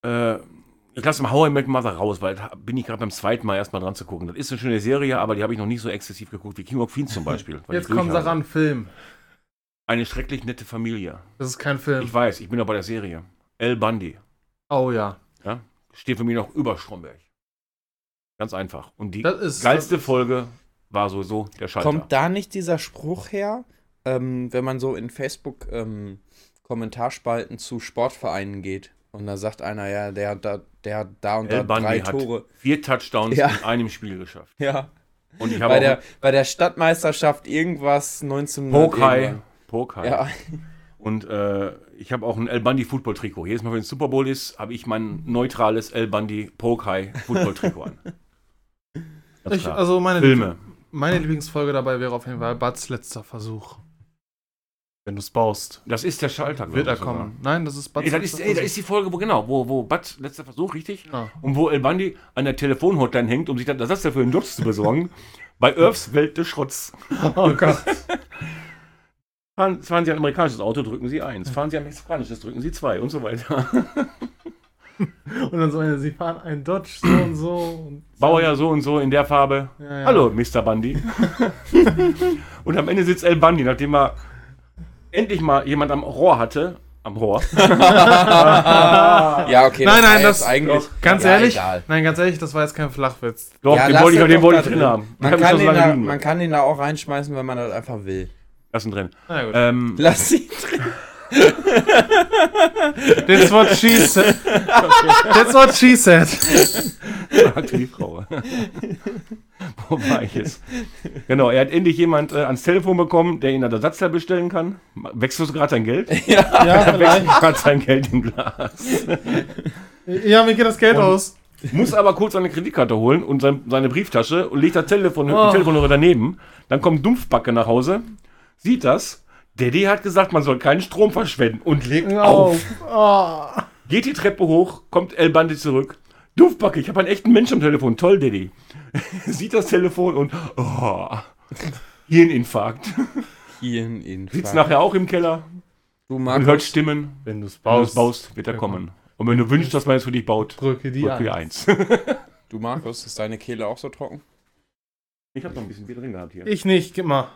Äh, ich lasse mal How I Met Mother raus, weil da bin ich gerade beim zweiten Mal erstmal dran zu gucken. Das ist eine schöne Serie, aber die habe ich noch nicht so exzessiv geguckt wie King of Queens zum Beispiel. weil Jetzt ich kommen sie durchhabe. ran, Film. Eine schrecklich nette Familie. Das ist kein Film. Ich weiß, ich bin noch bei der Serie. El Bundy. oh ja. steht für mich noch über Stromberg. Ganz einfach. Und die Das ist. geilste Folge war sowieso der Schalter. Kommt da nicht dieser Spruch her, ähm, wenn man so in Facebook ähm, Kommentarspalten zu Sportvereinen geht und da sagt einer, ja, der hat da, der hat da und El da drei Bundy hat Tore. vier Touchdowns Ja. in einem Spiel geschafft. Ja. Und ich habe Bei der, auch bei der Stadtmeisterschaft irgendwas 19. Pokai. Pokai. Ja. Und äh, ich habe auch ein El Bundy Football Trikot. Jedes Mal, wenn es Super Bowl ist, habe ich mein neutrales El Bundy Pokai Football Trikot *laughs* an. Ganz *laughs* Ich, klar. also meine, Filme. meine Lieblingsfolge dabei wäre auf jeden Fall Buds letzter Versuch. Wenn du es baust, Das ist der Schalter. glaub wird er ich sogar. kommen. Nein, das ist Buds Ey, das, ist, ey, das ist die Folge, wo genau, wo, wo Bud, letzter Versuch, richtig? Ah. Und wo El Bundy an der Telefonhotline hängt, um sich dann das Ersatz dafür in Dodge zu *laughs* besorgen. bei Irvs Welt des Schrotts. Oh Gott. Fahren, fahren Sie ein amerikanisches Auto, drücken Sie eins. Fahren Sie ein mexikanisches, drücken Sie zwei und so weiter. Und dann so, eine, sie fahren einen Dodge so und so. Und Bauer ja so und so in der Farbe. Ja, ja. Hallo, Mr. *laughs* Bundy. und am Ende sitzt El Bundy, nachdem er endlich mal jemand am Rohr hatte. Am *laughs* Rohr. Ja, okay. Nein, war nein, jetzt das- eigentlich. ganz ja, ehrlich, Egal. nein, ganz ehrlich, das war jetzt kein Flachwitz. Doch, ja, den lass wollte ich, das den doch wollte ich da drin haben. Den Man hab ich kann, schon so den lange da, liegen man kann den da auch reinschmeißen, wenn man das einfach will. Lass ihn drin. Na gut. Ähm, *laughs* *laughs* Lass ihn drin. That's what she said. That's what she said. Fragte die Frau. Wo war ich jetzt? Genau, er hat endlich jemand äh, ans Telefon bekommen, der ihn einen Ersatzteil bestellen kann. Ma- Wechselst du gerade sein Geld? *laughs* Ja, Er wechselt gerade sein Geld im Glas. ja mir geht das Geld aus. Muss aber kurz seine Kreditkarte holen und sein, seine Brieftasche und legt das Telefon, oh. Oh. Telefonhörer daneben. Dann kommt Dumpfbacke nach Hause, sieht das. Daddy hat gesagt, man soll keinen Strom verschwenden und legt auf. Oh. Geht die Treppe hoch, kommt El Bandi zurück. Duftbacke, ich habe einen echten Menschen am Telefon. Toll, Daddy. *laughs* Sieht das Telefon und oh, Hirninfarkt. Hirninfarkt. Sitzt nachher auch im Keller. Du Wenn du hörst Stimmen, Wenn du es wenn du es baust, baust, wird er Ja. kommen. Und wenn du wünschst, dass man es für dich baut, drücke die drück an. hier eins. du Markus, ist deine Kehle auch so trocken? Ich habe noch ein bisschen Bier drin gehabt hier. Ich nicht, gib mal.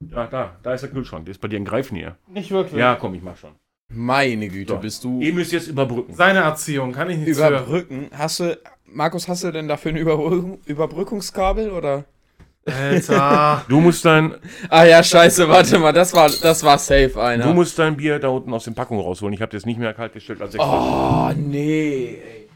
Ja, da, da ist der Kühlschrank. Der ist bei dir in Greifnähe. Nicht wirklich. Ja, komm, ich mach schon. Meine Güte, So. bist du Ihr müsst jetzt überbrücken. Seine Erziehung kann ich nicht für. überbrücken. Hast du, Markus, hast du denn dafür ein Überbrück- Überbrückungskabel oder? Alter. Du musst dein, Ah ja, scheiße, warte mal, das war, das war safe einer. du musst dein Bier da unten aus den Packungen rausholen. Ich habe das nicht mehr kalt gestellt als extra. oh, nee. ey.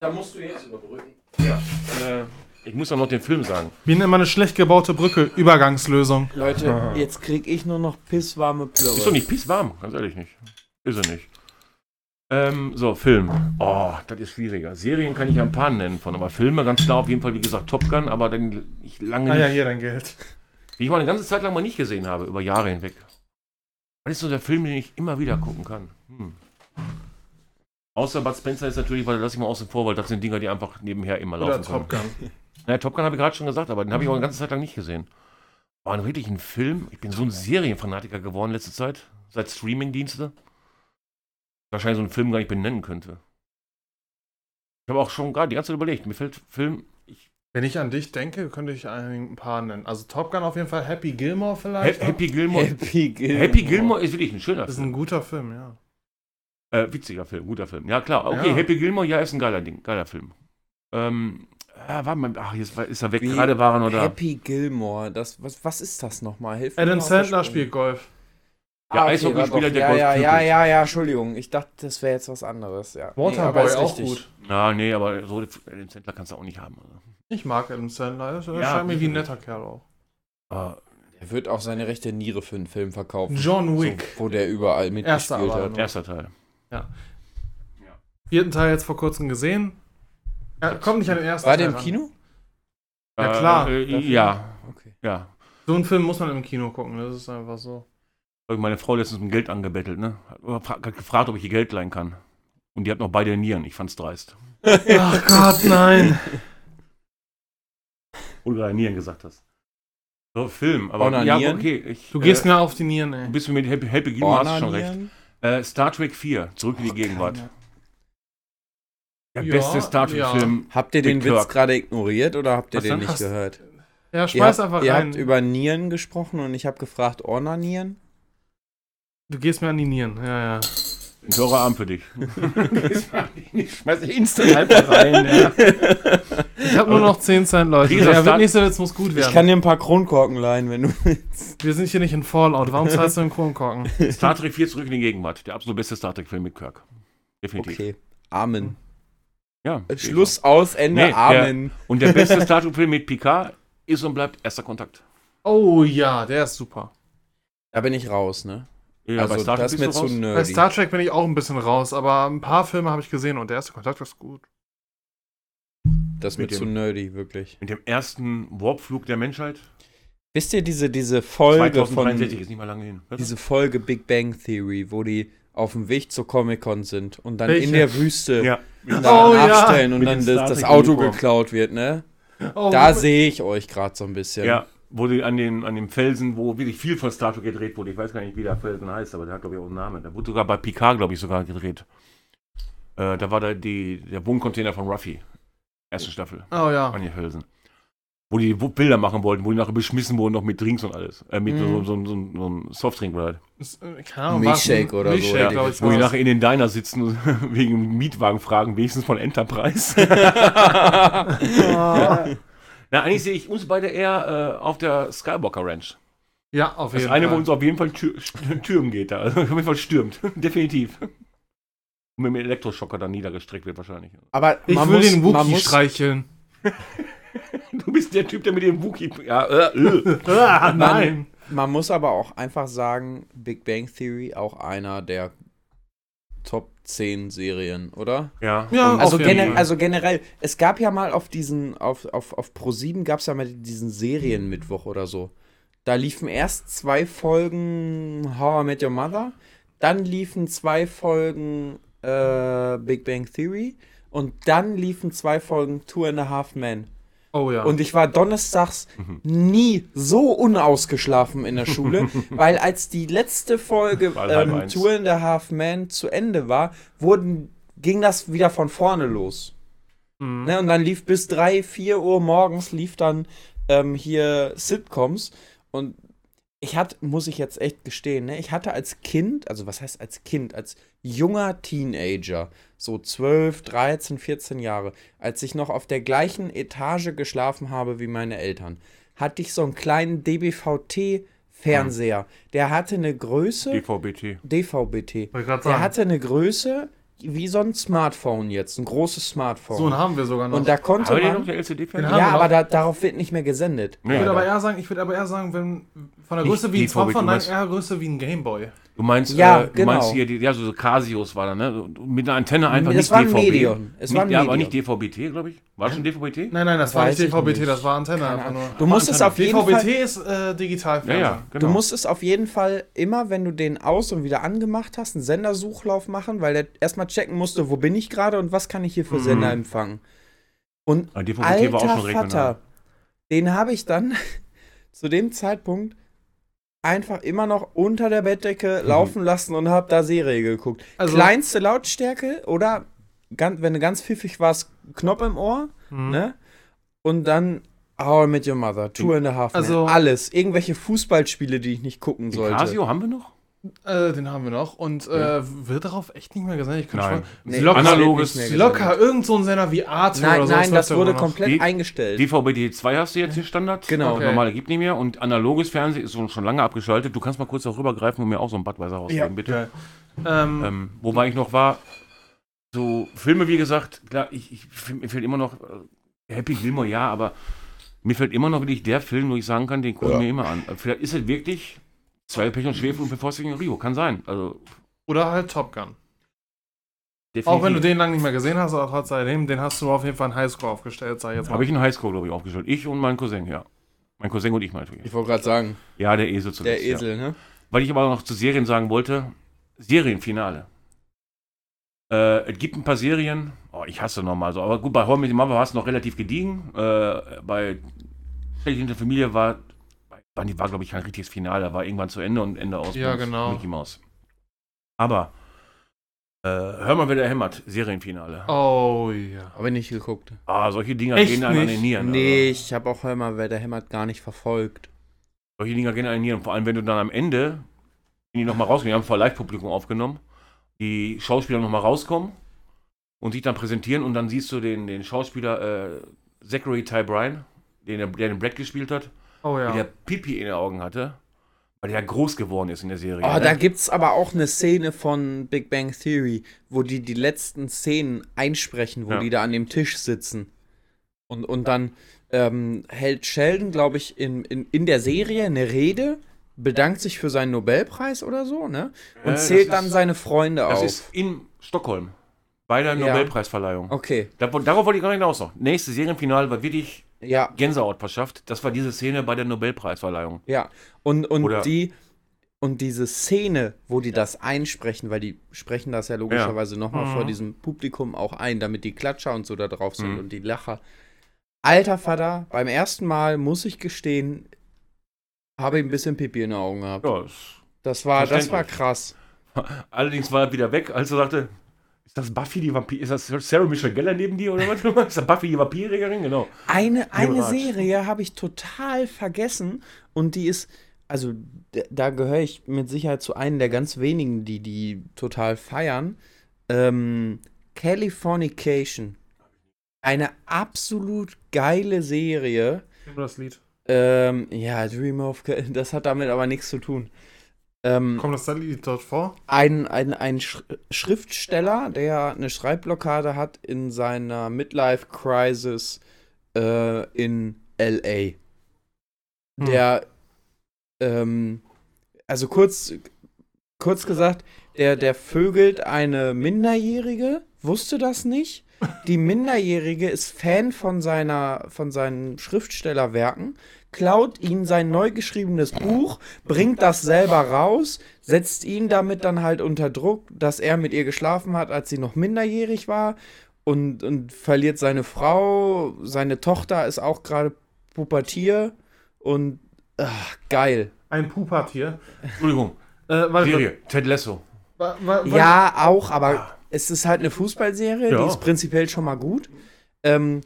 Da musst du jetzt überbrücken. Äh, ich muss auch noch den Film sagen. Wie nennt man eine schlecht gebaute Brücke? Übergangslösung. *laughs* Leute, jetzt krieg ich nur noch pisswarme Plörre. Ist doch nicht pisswarm, ganz ehrlich nicht. Ist er nicht. Ähm, so, Film. Oh, das ist schwieriger. Serien kann ich ja ein paar nennen von, aber Filme ganz klar auf jeden Fall, wie gesagt, Top Gun, aber dann ich lange Ah nicht, ja, hier dein Geld. die ich mal eine ganze Zeit lang mal nicht gesehen habe, über Jahre hinweg. Das ist so der Film, den ich immer wieder gucken kann. Hm. Außer Bud Spencer ist natürlich, weil lass ich mal außen vor, weil das sind Dinger, die einfach nebenher immer laufen. Oder können. Top Gun. Na, Top Gun habe ich gerade schon gesagt, aber den habe ich auch eine ganze Zeit lang nicht gesehen. War ein richtig ein Film. Ich bin so ein Serienfanatiker geworden letzte Zeit. Seit Streamingdienste. Wahrscheinlich so einen Film gar nicht benennen könnte. Ich habe auch schon gerade die ganze Zeit überlegt. Mir fällt Film. *laughs* Wenn ich an dich denke, könnte ich ein paar nennen. Also Top Gun auf jeden Fall, Happy Gilmore Ha vielleicht. noch. Happy Gilmore. Happy Gilmore. Happy Gilmore ist wirklich ein schöner Das ist Film. ein guter Film, ja. Äh, witziger Film, guter Film. Ja, klar. Okay, Ja. Happy Gilmore, ja, ist ein geiler Ding, geiler Film. Ähm, ah, warte mal. Ach, jetzt war- ist er weg. Wie Gerade war er noch da. Happy Gilmore, das, was, was ist das nochmal? Hilf mir Adam mal auf Sandler der Sprung. spielt Golf. Der Ah, okay, Eishockeyspieler, warte auf. der ja, Golf ja, ja, knüppelt. ja, ja, Entschuldigung. Ich dachte, das wäre jetzt was anderes. Ja. Waterboy ist auch richtig. gut. Na, nee, aber so den Zentler kannst du auch nicht haben. Oder? Ich mag Adam Sandler. Er Ja, scheint mir wie definitiv. ein netter Kerl auch. Ah, Er wird auch seine rechte Niere für einen Film verkaufen, John Wick. wo der überall Erster mitgespielt aber. hat. nur. erster Teil. Vierten Teil jetzt vor kurzem gesehen. Ja, kommt nicht an den ersten War Teil der im ran. Kino? Ja, klar. Äh, äh, ja, Okay. ja. So einen Film muss man im Kino gucken. Das ist einfach so. Hab ich meine Frau letztens um Geld angebettelt, ne? Hat aber fra- hat gefragt, ob ich ihr Geld leihen kann. Und die hat noch beide Nieren. Ich fand's dreist. Ach Gott, nein. Wo du gerade Nieren gesagt hast. So, Film. Aber ja, Onanieren? okay. Ich, Du gehst äh, mir auf die Nieren, ey. ein bisschen mit Happy, Happy Gilmore hast du schon recht. Ornanieren? Äh, Star Trek 4, zurück in die Gegenwart. Der Ja, beste Star Trek-Film. Habt ihr den Big Witz Kirk. gerade ignoriert oder habt ihr Was den denn? nicht Hast- gehört? Ja, Ihr, habt, schmeiß einfach ihr rein. habt über Nieren gesprochen und ich habe gefragt, *laughs* Ornanieren? du gehst mir an die Nieren. Ja, ja. Ein teurer Abend für *laughs* dich. ich schmeiß dich instant einfach *laughs* rein. Ja. Ich habe nur noch 10 Cent, Leute. Wie gesagt, Der Star- nächste Witz muss gut Ich werden. kann dir ein paar Kronkorken leihen, wenn du willst. Wir sind hier nicht in Fallout. Warum zahlst du einen Kronkorken? Star Trek 4, zurück in die Gegenwart. Der absolut beste Star Trek-Film mit Kirk. Definitiv. Okay. Amen. Ja. Hm. sehe ich so. Schluss aus, Ende, Nee, der- Amen. Und der beste Star Trek-Film mit Picard ist und bleibt erster Kontakt. Oh ja, der ist super. Da bin ich raus, ne? Ja, also, das ist mir zu Bei nerdy. Star Trek bin ich auch ein bisschen raus, aber ein paar Filme habe ich gesehen und der erste Kontakt ist gut. Das ist mir Mit zu dem- nerdy, wirklich. Mit dem ersten Warpflug der Menschheit. Wisst ihr diese, diese Folge von 2063 ist nicht mal lange hin. diese Folge Big Bang Theory, wo die auf dem Weg zur Comic-Con sind und dann Welche? in der Wüste ja. da Oh, ja. nachstellen und Mit dann den das, Star das Trek Auto Uniform. geklaut wird, ne? Oh, Da sehe ich euch gerade so ein bisschen. ja, wo die an, den, an dem Felsen, wo wirklich viel von Star Trek gedreht wurde. Ich weiß gar nicht, wie der Felsen heißt, aber der hat, glaube ich, auch einen Namen. Da wurde sogar bei Picard, glaube ich, sogar gedreht. Äh, da war da die, der Wohncontainer von Ruffy. Erste Staffel. oh ja. An den Felsen. Wo die wo Bilder machen wollten, wo die nachher beschmissen wurden, noch mit Drinks und alles. Äh, mit so, Mhm. so, so, so einem Softdrink oder halt. Ist, äh, Keine Ahnung, Milchshake was- oder so, Milchshake, Ja, glaube ich. wo die war's. nachher in den Diner sitzen und *laughs* wegen Mietwagen fragen, wenigstens von Enterprise. *laughs* Na, eigentlich sehe ich uns beide eher äh, auf der Skywalker Ranch. ja, auf Das jeden eine, wo Fall. uns auf jeden Fall tür Türmen geht da. Also auf jeden Fall stürmt. *laughs* Definitiv. Und mit dem Elektroschocker dann niedergestreckt wird wahrscheinlich. *laughs* Aber Ich man will muss, den man Wookie muss, streicheln. Du bist der Typ, der mit dem Wookie. Ja, äh, äh. *laughs* Ah, nein. Man muss aber auch einfach sagen, Big Bang Theory auch einer der Top 10 Serien, oder? ja. Ja, Und- auf Also, jeden gener Fall. also generell, es gab ja mal auf diesen, auf, auf, auf Pro7 gab es ja mal diesen Serienmittwoch oder so. Da liefen erst zwei Folgen How I Met Your Mother, dann liefen zwei Folgen äh, Big Bang Theory und dann liefen zwei Folgen Two and a Half Men. Oh ja. Und ich war donnerstags Mhm. nie so unausgeschlafen in der *laughs* Schule, weil als die letzte Folge Weil halb ähm, eins. Two and a Half Man zu Ende war, wurden, ging das wieder von vorne los. Mhm. Ne? Und dann lief bis 3, 4 Uhr morgens lief dann ähm, hier Sitcoms und ich hatte, muss ich jetzt echt gestehen, ne? ich hatte als Kind, also was heißt als Kind, als junger Teenager, so 12, 13, 14 Jahre, als ich noch auf der gleichen Etage geschlafen habe wie meine Eltern, hatte ich so einen kleinen DBVT-Fernseher. Der hatte eine Größe, DVBT. DVBT, Wollte ich grad der sagen. hatte eine Größe wie so ein Smartphone jetzt, ein großes Smartphone. So einen haben wir sogar noch. und da konnte Haben wir noch man, der LCD-Fernseher? haben ja, wir aber noch. da, darauf wird nicht mehr gesendet. Nee, ich würde aber leider. eher sagen, ich würde aber eher sagen, wenn von der Nicht Größe wie ein die VW, Smartphone, du nein, meinst- eher Größe wie ein Gameboy. du meinst, Ja, äh, du genau. meinst hier, die, ja, so, so Casios war da, ne? Mit einer Antenne einfach Es nicht war ein DVB. Medion. Es nicht, war ein ja, aber Medion. nicht DVB-T, glaube ich. War schon DVB-T? Nein, nein, das war Weiß nicht ich DVB-T, nicht. das war Antenne Keine einfach Ahnung. nur. Du musst es auf jeden DVB-T Fall. ist äh, digital. Ja, ja, genau. Du musst es auf jeden Fall immer, wenn du den aus und wieder angemacht hast, einen Sendersuchlauf machen, weil der erstmal checken musste, wo bin ich gerade und was kann ich hier für Mhm. Sender empfangen. Und Aber DVB-T alter Ah, war auch schon regional. Vater, den habe ich dann *laughs* zu dem Zeitpunkt einfach immer noch unter der Mhm. Bettdecke laufen lassen und habe da Serie geguckt. Also- Kleinste Lautstärke oder ganz, wenn du ganz pfiffig warst, Knopf im Ohr, Mhm. ne? Und dann How I Met Your Mother, Two and a Half Men, Also- alles. Irgendwelche Fußballspiele, die ich nicht gucken Den sollte. Casio haben wir noch? Äh, den haben wir noch. Und äh, wird darauf echt nicht mehr gesendet? Ich kann Nein. schon- Nee, locker, Analoges- wird nicht mehr locker irgend so ein Sender wie Arte Nein, oder so. nein, das läuft wurde immer noch. komplett Die- eingestellt. DVB-T2 hast du jetzt hier Standard. Genau. Das Normale gibt nicht mehr. Und analoges Fernsehen ist schon schon lange abgeschaltet. Du kannst mal kurz auch rübergreifen und mir auch so einen Budweiser rausgeben, bitte. Geil. Ähm, Ähm, wobei ich noch war, so Filme, wie gesagt, klar, ich, ich, mir fällt immer noch, äh, Happy Gilmore, ja, aber mir fällt immer noch wirklich der Film, wo ich sagen kann, den gucke ich mir immer an. Äh, Vielleicht ist es wirklich zwei Pech und Schwefel und Befeuchtung in Rio, kann sein. Also, Oder halt Top Gun. definitiv. Auch wenn du den lang nicht mehr gesehen hast, aber trotz alledem, den hast du auf jeden Fall einen Highscore aufgestellt, sag ich jetzt mal. Habe ich einen Highscore, glaube ich, aufgestellt. Ich und mein Cousin, ja. Mein Cousin und ich natürlich. Ich wollte gerade sagen, Ja, der Esel zuletzt. der ja. Esel, ne? Weil ich aber noch zu Serien sagen wollte, Serienfinale. Äh, es gibt ein paar Serien, oh, ich hasse nochmal so, aber gut, bei Home Mama war es noch relativ gediegen. Äh, bei Schlecht in der Familie war, bei Bunny war, glaube ich, kein richtiges Finale, da war irgendwann zu Ende und Ende aus Ja, mit genau. Mickey Mouse. Aber, äh, hör mal, wer da hämmert, Serienfinale. Oh ja. Aber nicht geguckt. Ah, solche Dinger Echt gehen einem an nicht? den Nieren. Nee, ich habe auch Hörmer, wer der hämmert, gar nicht verfolgt. Solche Dinger gehen einen Nieren. Vor allem, wenn du dann am Ende, wenn die nochmal rausgehen, die haben vor Live-Publikum aufgenommen, die Schauspieler nochmal rauskommen und sich dann präsentieren und dann siehst du den, den Schauspieler äh, Zachary Ty Bryan, den, der- der den Black gespielt hat, Oh ja. der Pipi in den Augen hatte, weil der groß geworden ist in der Serie. Oh, ne? da gibt's aber auch eine Szene von Big Bang Theory, wo die die letzten Szenen einsprechen, wo Ja. die da an dem Tisch sitzen. Und, und dann ähm, hält Sheldon, glaube ich, in, in, in der Serie eine Rede, bedankt sich für seinen Nobelpreis oder so, ne? Äh, Und das zählt ist- dann seine Freunde das auf. ist in Stockholm bei der Ja. Nobelpreisverleihung. okay, Da- Darauf wollte ich gar nicht hinaus noch. Nächstes Serienfinale war wirklich ja, Gänsehaut verschafft. Das war diese Szene bei der Nobelpreisverleihung. ja. Und, und Oder- die. Und diese Szene, wo die das einsprechen, weil die sprechen das ja logischerweise nochmal vor diesem Publikum auch ein, damit die Klatscher und so da drauf sind Mhm. und die Lacher. Alter Vater, beim ersten Mal muss ich gestehen, habe ich ein bisschen Pipi in den Augen gehabt. Ja, ist Das war, das war Verständlich. krass. Allerdings war er wieder weg, als er sagte, ist das Buffy die Vampir, ist das Sarah Michelle Geller neben dir oder was? *laughs* ist das Buffy die Vampirjägerin? Genau. Eine, eine Mirage. Serie habe ich total vergessen und die ist, also d- da gehöre ich mit Sicherheit zu einem der ganz wenigen, die die total feiern. Ähm, Californication. Eine absolut geile Serie. Nimm das Lied. Ähm, ja, Dream of, Cal- *laughs* das hat damit aber nichts zu tun. Ähm, Kommt das Lied dort vor? ein, ein, ein Sch Schriftsteller, der eine Schreibblockade hat in seiner Midlife-Crisis äh, in L.A. Hm. Der, ähm, also kurz, kurz gesagt, der, der vögelt eine Minderjährige, wusste das nicht. Die Minderjährige ist Fan von, seiner, von seinen Schriftstellerwerken, klaut ihm sein neu geschriebenes Buch, bringt das selber raus, setzt ihn damit dann halt unter Druck, dass er mit ihr geschlafen hat, als sie noch minderjährig war und, und verliert seine Frau. Seine Tochter ist auch gerade Pubertier und ach, geil. Ein Pupatier. Entschuldigung, Äh, weil, Serie, Ted Lasso. Weil, weil, Ja, auch, aber es ist halt eine Fußballserie, Ja. die ist prinzipiell schon mal gut. Ähm,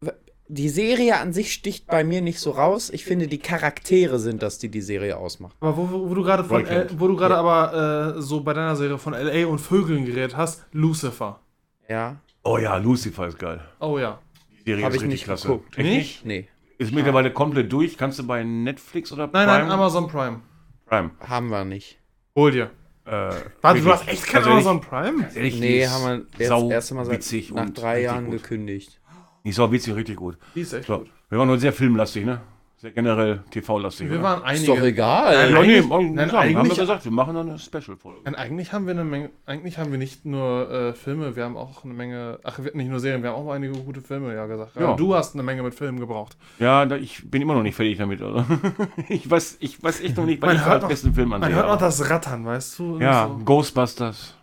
w- die Serie an sich sticht bei mir nicht so raus. Ich finde, die Charaktere sind das, die die Serie ausmacht. Aber wo, wo, wo du gerade von, Rockland. L- wo du gerade aber äh, so bei deiner Serie von LA und Vögeln geredet hast, Lucifer. Ja. Oh ja, Lucifer ist geil. Oh ja. Die Serie Hab ist ich richtig nicht klasse. geguckt. Echt Nicht? Nee, Ist mittlerweile komplett durch. Kannst du bei Netflix oder Nein, Prime? nein, Amazon Prime. Prime. haben wir nicht. Hol dir. Äh, Warte, wirklich. du hast echt kein Also Amazon Prime? Ehrlich, die nee, ist haben wir jetzt sau das erste Mal seit, witzig nach und drei richtig Jahren gut. gekündigt. Die ist auch witzig und richtig gut. Die ist echt So. gut. Wir waren heute sehr filmlastig, ne? Sehr generell TV-lastig. Wir oder? waren Ist doch einige. egal. ja, nee, eigentlich- wollen wir nein, sagen, haben wir eigentlich- gesagt, wir machen dann eine Special-Folge. Denn eigentlich haben wir eine Menge, eigentlich haben wir nicht nur äh, Filme, wir haben auch eine Menge, ach, wir- nicht nur Serien, wir haben auch einige gute Filme, ja gesagt. Ja. Aber Du hast eine Menge mit Filmen gebraucht. Ja, da, ich bin immer noch nicht fertig damit. Also. *laughs* Ich, weiß, ich weiß echt noch nicht, Man was ich hört als noch- besten Film Man ansehe. hört auch aber- das Rattern, weißt du? Ja, So. Ghostbusters.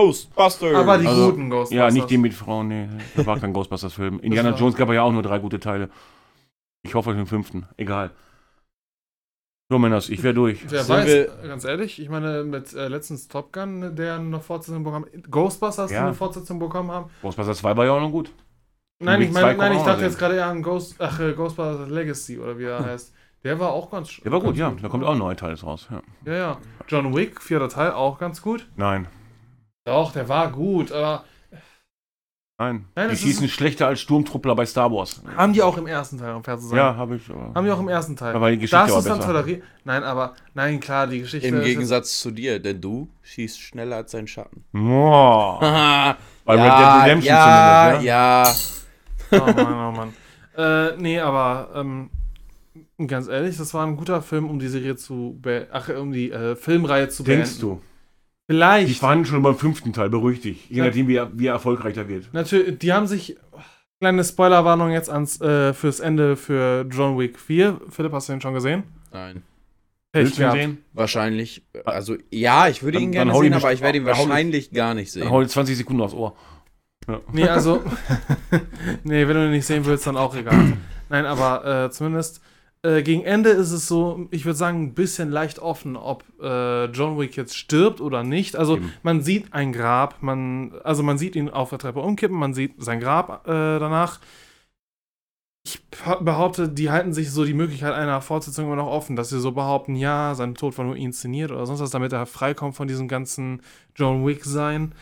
Ghostbusters. Aber die Also, guten Ghostbusters. Ja, nicht die mit Frauen, nee. Das war kein Ghostbusters-Film. Indiana war- Jones gab ja auch nur drei gute Teile. Ich hoffe, den fünften. Egal. So, Männers, ich wäre durch. Wer Sind weiß, wir- ganz ehrlich, ich meine, mit äh, letztens Top Gun, der eine Fortsetzung bekommen Ghostbusters, Ja. die eine Fortsetzung bekommen haben. Ghostbusters 2 war ja auch noch gut. Nein, die ich meine, zwei nein, ich kommen auch dachte noch jetzt gerade eher an Ghost, ach, äh, Ghostbusters Legacy oder *laughs* wie er heißt. Der war auch ganz Der war gut, ganz ja. Da kommt auch ein neuer Teil jetzt raus. Ja. Ja, ja. John Wick, vierter Teil, auch ganz gut. Nein, Doch, der war gut, aber nein. Nein, die das ist- schießen schlechter als Sturmtruppler bei Star Wars. haben die auch im ersten Teil, um fair zu sein? Ja, habe ich. aber- Haben die auch im ersten Teil. Aber die Geschichte das war ist dann besser. toleriert. Nein, aber, nein, klar, die Geschichte Im ist jetzt- Gegensatz zu dir, denn du schießt schneller als *laughs* sein Schatten. Wow. Bei Bei Red Dead Redemption ja, zumindest, ne? ja. Oh Mann, oh Mann. *laughs* Äh, nee, aber ähm, ganz ehrlich, das war ein guter Film, um die Serie zu be ach, um die äh, Filmreihe zu Denkst beenden. du? Die Vielleicht. fahren schon beim fünften Teil, beruhig dich. Je Ja. nachdem, wie er, wie er erfolgreich da wird. Natürlich, die haben sich kleine Spoilerwarnung jetzt ans äh, fürs Ende für John Wick 4. Philipp, hast du den schon gesehen? Nein. Willst du ihn gehabt. sehen? Wahrscheinlich, also ja, ich würde Dann- ihn dann gerne hau sehen, ihn aber besti- ich werde ihn hau ihn- wahrscheinlich gar nicht Dann sehen. hol 20 Sekunden aufs Ohr. Nee, *laughs* also. *laughs* nee, wenn du den nicht sehen willst, dann auch egal. Nein, aber äh, zumindest äh, gegen Ende ist es so, ich würde sagen, ein bisschen leicht offen, ob äh, John Wick jetzt stirbt oder nicht. Also Eben. man sieht ein Grab, man, also man sieht ihn auf der Treppe umkippen, man sieht sein Grab äh, danach. Ich p- behaupte, die halten sich so die Möglichkeit einer Fortsetzung immer noch offen, dass sie so behaupten, ja, sein Tod war nur inszeniert oder sonst was, damit er freikommt von diesem ganzen John Wick sein.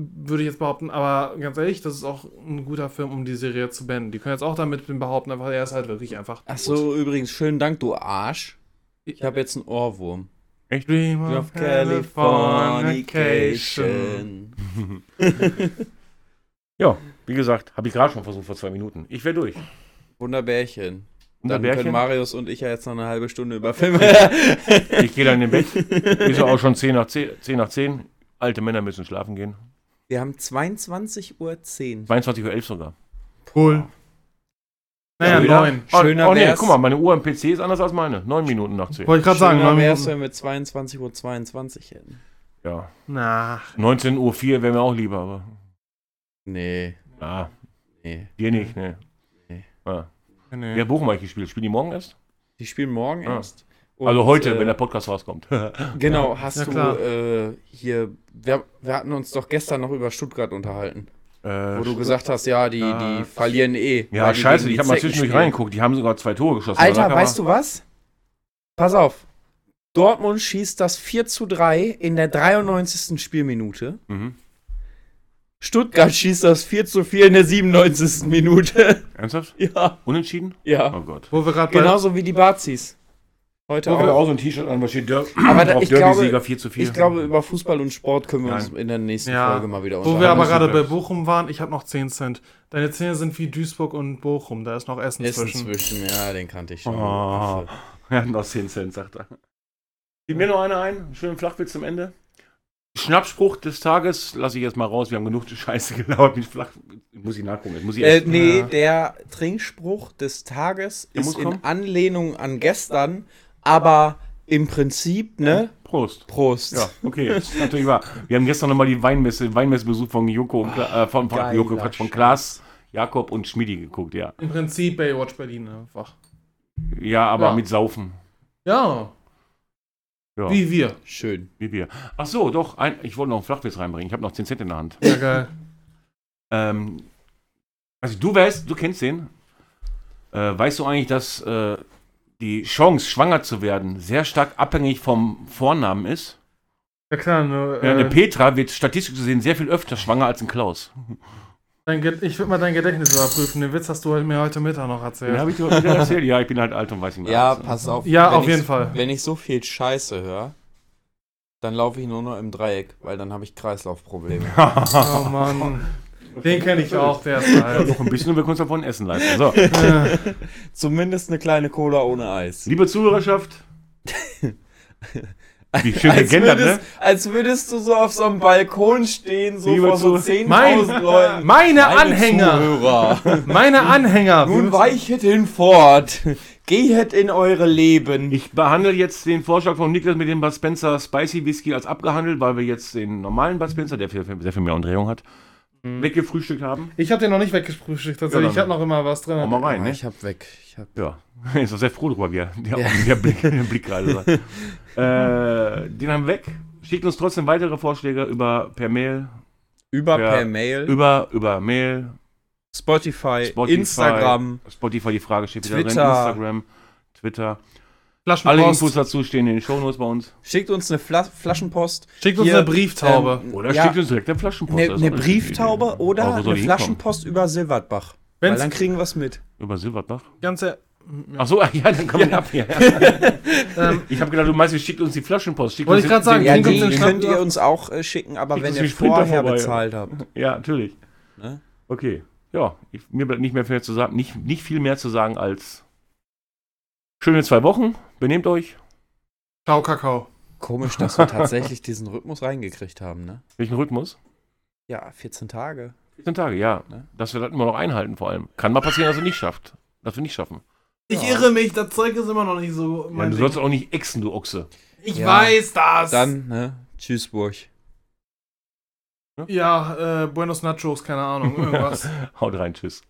Würde ich jetzt behaupten, aber ganz ehrlich, das ist auch ein guter Film, um die Serie zu beenden. Die können jetzt auch damit behaupten, einfach, er ist halt wirklich einfach. Ach so, übrigens, schönen Dank, du Arsch. Ich Ich habe jetzt einen Ohrwurm. Dream of Californication. ja, wie gesagt, habe ich gerade schon versucht vor zwei Minuten. Ich wäre durch. *laughs* Wunderbärchen. Dann können Wunderbärchen. Marius und ich ja jetzt noch eine halbe *laughs* Stunde über Filme. Ich gehe dann in den *laughs* Bett. Ist ja auch schon 10 nach 10, 10 nach 10. Alte Männer müssen schlafen gehen. Wir haben 22.10 Uhr. 22.11 Uhr sogar. Cool. Naja, wieder? neun. Oh, Schöner oh, nee, wär's- guck mal, meine Uhr am PC ist anders als meine. 9 Minuten nach 10. Wollte ich gerade sagen, Schöner neun ne? wär's, Minuten. wenn wir 22.22 Uhr 22 hätten. Ja. Na, 19.04 Uhr wäre mir auch lieber, aber. Nee, Na, nee. dir nicht, ne. Nee. Ah. nee. Ja, Buchmark gespielt. Spielen die morgen erst? Die spielen morgen Ah. erst. Und, also heute, äh, wenn der Podcast rauskommt. *laughs* Äh, Genau, hast Ja, klar. du äh, hier. Wir, wir hatten uns doch gestern noch über Stuttgart unterhalten. Wo du gesagt hast, ja, die, Ah. die verlieren eh. ja, weil die scheiße, gegen ich die habe mal Zecken zwischendurch spielen. reingeguckt. Also, Die haben sogar zwei Tore geschossen. Alter, weißt du was? Pass auf. Dortmund schießt das 4 zu 3 in der 93. Spielminute. Mhm. Stuttgart schießt das 4 zu 4 in der 97. Minute. *laughs* Ernsthaft? ja, Unentschieden? ja. Oh Gott. Wo wir gerade bei Genauso wie die Bazis. Heute Da hat auch. auch so ein T-Shirt an, was steht Derby, Aber da- ich glaube- Sieger 4 zu 4. Ich *laughs* glaube, über Fußball und Sport können wir Nein. uns in der nächsten Ja. Folge mal wieder Wo wir aber ist gerade bei super. Bochum waren, ich habe noch 10 Cent. Deine Zähne sind wie Duisburg und Bochum, da ist noch Essen Ist zwischen. inzwischen, ja, den kannte ich schon. Oh. Ja, noch 10 Cent, sagt er. Gib mir noch einer ein. Schönen Flachwitz zum Ende. Schnappspruch des Tages lasse ich jetzt mal raus. Wir haben genug Scheiße gelauert mit Flach. Muss ich nachgucken. Jetzt muss ich Äh, echt- nee, Ja. der Trinkspruch des Tages Der ist muss in kommen. Anlehnung an gestern, aber im Prinzip, ne? Prost. Prost. Ja, okay, das ist natürlich wahr. Wir haben gestern nochmal die Weinmesse, Weinmessebesuch von Joko und Kla- äh, von, von, geiler Joko, Quatsch, von Scheiß. Klaas, Jakob und Schmidi geguckt, ja. Im Prinzip Baywatch Berlin einfach. Ja, aber Ja. mit Saufen. Ja. Ja, wie, Wie wir. Schön. wir. Ach so, doch, ein, ich wollte noch einen Flachwitz reinbringen. Ich habe noch 10 Cent in der Hand. Ja, geil. Ähm, also du weißt, du kennst den. Äh, weißt du eigentlich, dass äh, die Chance, schwanger zu werden, sehr stark abhängig vom Vornamen ist? Ja klar, nur, Ja, eine äh, Petra wird statistisch gesehen sehr viel öfter schwanger als ein Klaus. dein Ge- ich würde mal dein Gedächtnis überprüfen. Den Witz hast du mir heute Mittag noch Den erzählt. habe ich dir wieder erzählt. Ja, ich bin halt alt und weiß nicht Ja, alles, ne? pass auf. Ja, wenn auf ich- jeden Fall. Wenn ich so viel Scheiße höre, dann laufe ich nur noch im Dreieck, weil dann habe ich Kreislaufprobleme. Oh Mann. Den kenne ich auch, der ist halt. geil. *laughs* Noch ein bisschen und wir können uns davon essen leisten. So, Äh, *laughs* Zumindest eine kleine Cola ohne Eis. liebe Zuhörerschaft. Wie schön gegendert, ne? würdest, als würdest du so auf so einem Balkon stehen, so Liebe vor so Zuh- 10.000 mein, Leuten. meine Meine *laughs* Anhänger. Zuhörer. Meine Anhänger. Nun weichet hinfort. Gehet in eure Leben. Ich behandle jetzt den Vorschlag von Niklas mit dem Bud Spencer Spicy Whisky als abgehandelt, weil wir jetzt den normalen Bud Spencer, der viel, sehr viel mehr Umdrehung hat, Mhm. weggefrühstückt haben. Ich habe den noch nicht weggefrühstückt, Ja, tatsächlich. dann- ich habe noch immer was Hau drin. mal rein, Ah, ne? Ich hab weg. Ich hab Ja. *laughs* Ist doch sehr froh drüber, wie er, der, der, Blick, der Blick *laughs* gerade war. äh, den haben wir weg. Schickt uns trotzdem weitere Vorschläge über per Mail, über Ja. per Mail, über, über Mail, Spotify, Spotify, Instagram. Spotify, die Frage steht wieder drin, Twitter. Instagram, Twitter. Alle Infos Flaschenpost. dazu stehen in den Shownotes bei uns. Schickt uns eine Fla Flaschenpost. Schickt uns Hier, eine Brieftaube. ähm, Oder ja, schickt uns direkt eine Flaschenpost. Eine, das ist eine auch schöne Ne, Brieftaube Idee. oder Aber wo soll eine die hinkommen? Flaschenpost über Silbertbach. Weil Wenn's dann kriegen wir es mit. Über Silbertbach? ganz e- Ach so, *laughs* ja, dann kommen wir ab. *laughs* Ja. ähm, Ich habe gedacht, du meinst, ihr schickt uns die Flaschenpost. Schickt Wollte uns ich grad sagen, den- Ja, kriegen den- die uns den könnt Schnapp- ihr uns auch äh, schicken, aber Schickt wenn uns ihr die Sprinter vorher vorbei. bezahlt habt. Ja, natürlich. Ne? Okay. Ja, ich, mir bleibt nicht mehr viel zu sagen, nicht, nicht viel mehr zu sagen als schöne zwei Wochen. Benehmt euch. Ciao, Kakao. Komisch, dass wir tatsächlich diesen Rhythmus reingekriegt haben, ne? Welchen Rhythmus? Ja, 14 Tage. 14 Tage, ja. Ne? Dass wir das immer noch einhalten vor allem. Kann mal passieren, dass wir nicht schafft. Dass wir nicht schaffen. Ich Ja. irre mich, das Zeug ist immer noch nicht so. Ja, Mein du Ding. sollst auch nicht exen, du Ochse. ich Ja. weiß das. Dann, ne? Tschüss, Burg. Ja, äh, Buenos Nachos, keine Ahnung, irgendwas. *laughs* Haut rein, tschüss.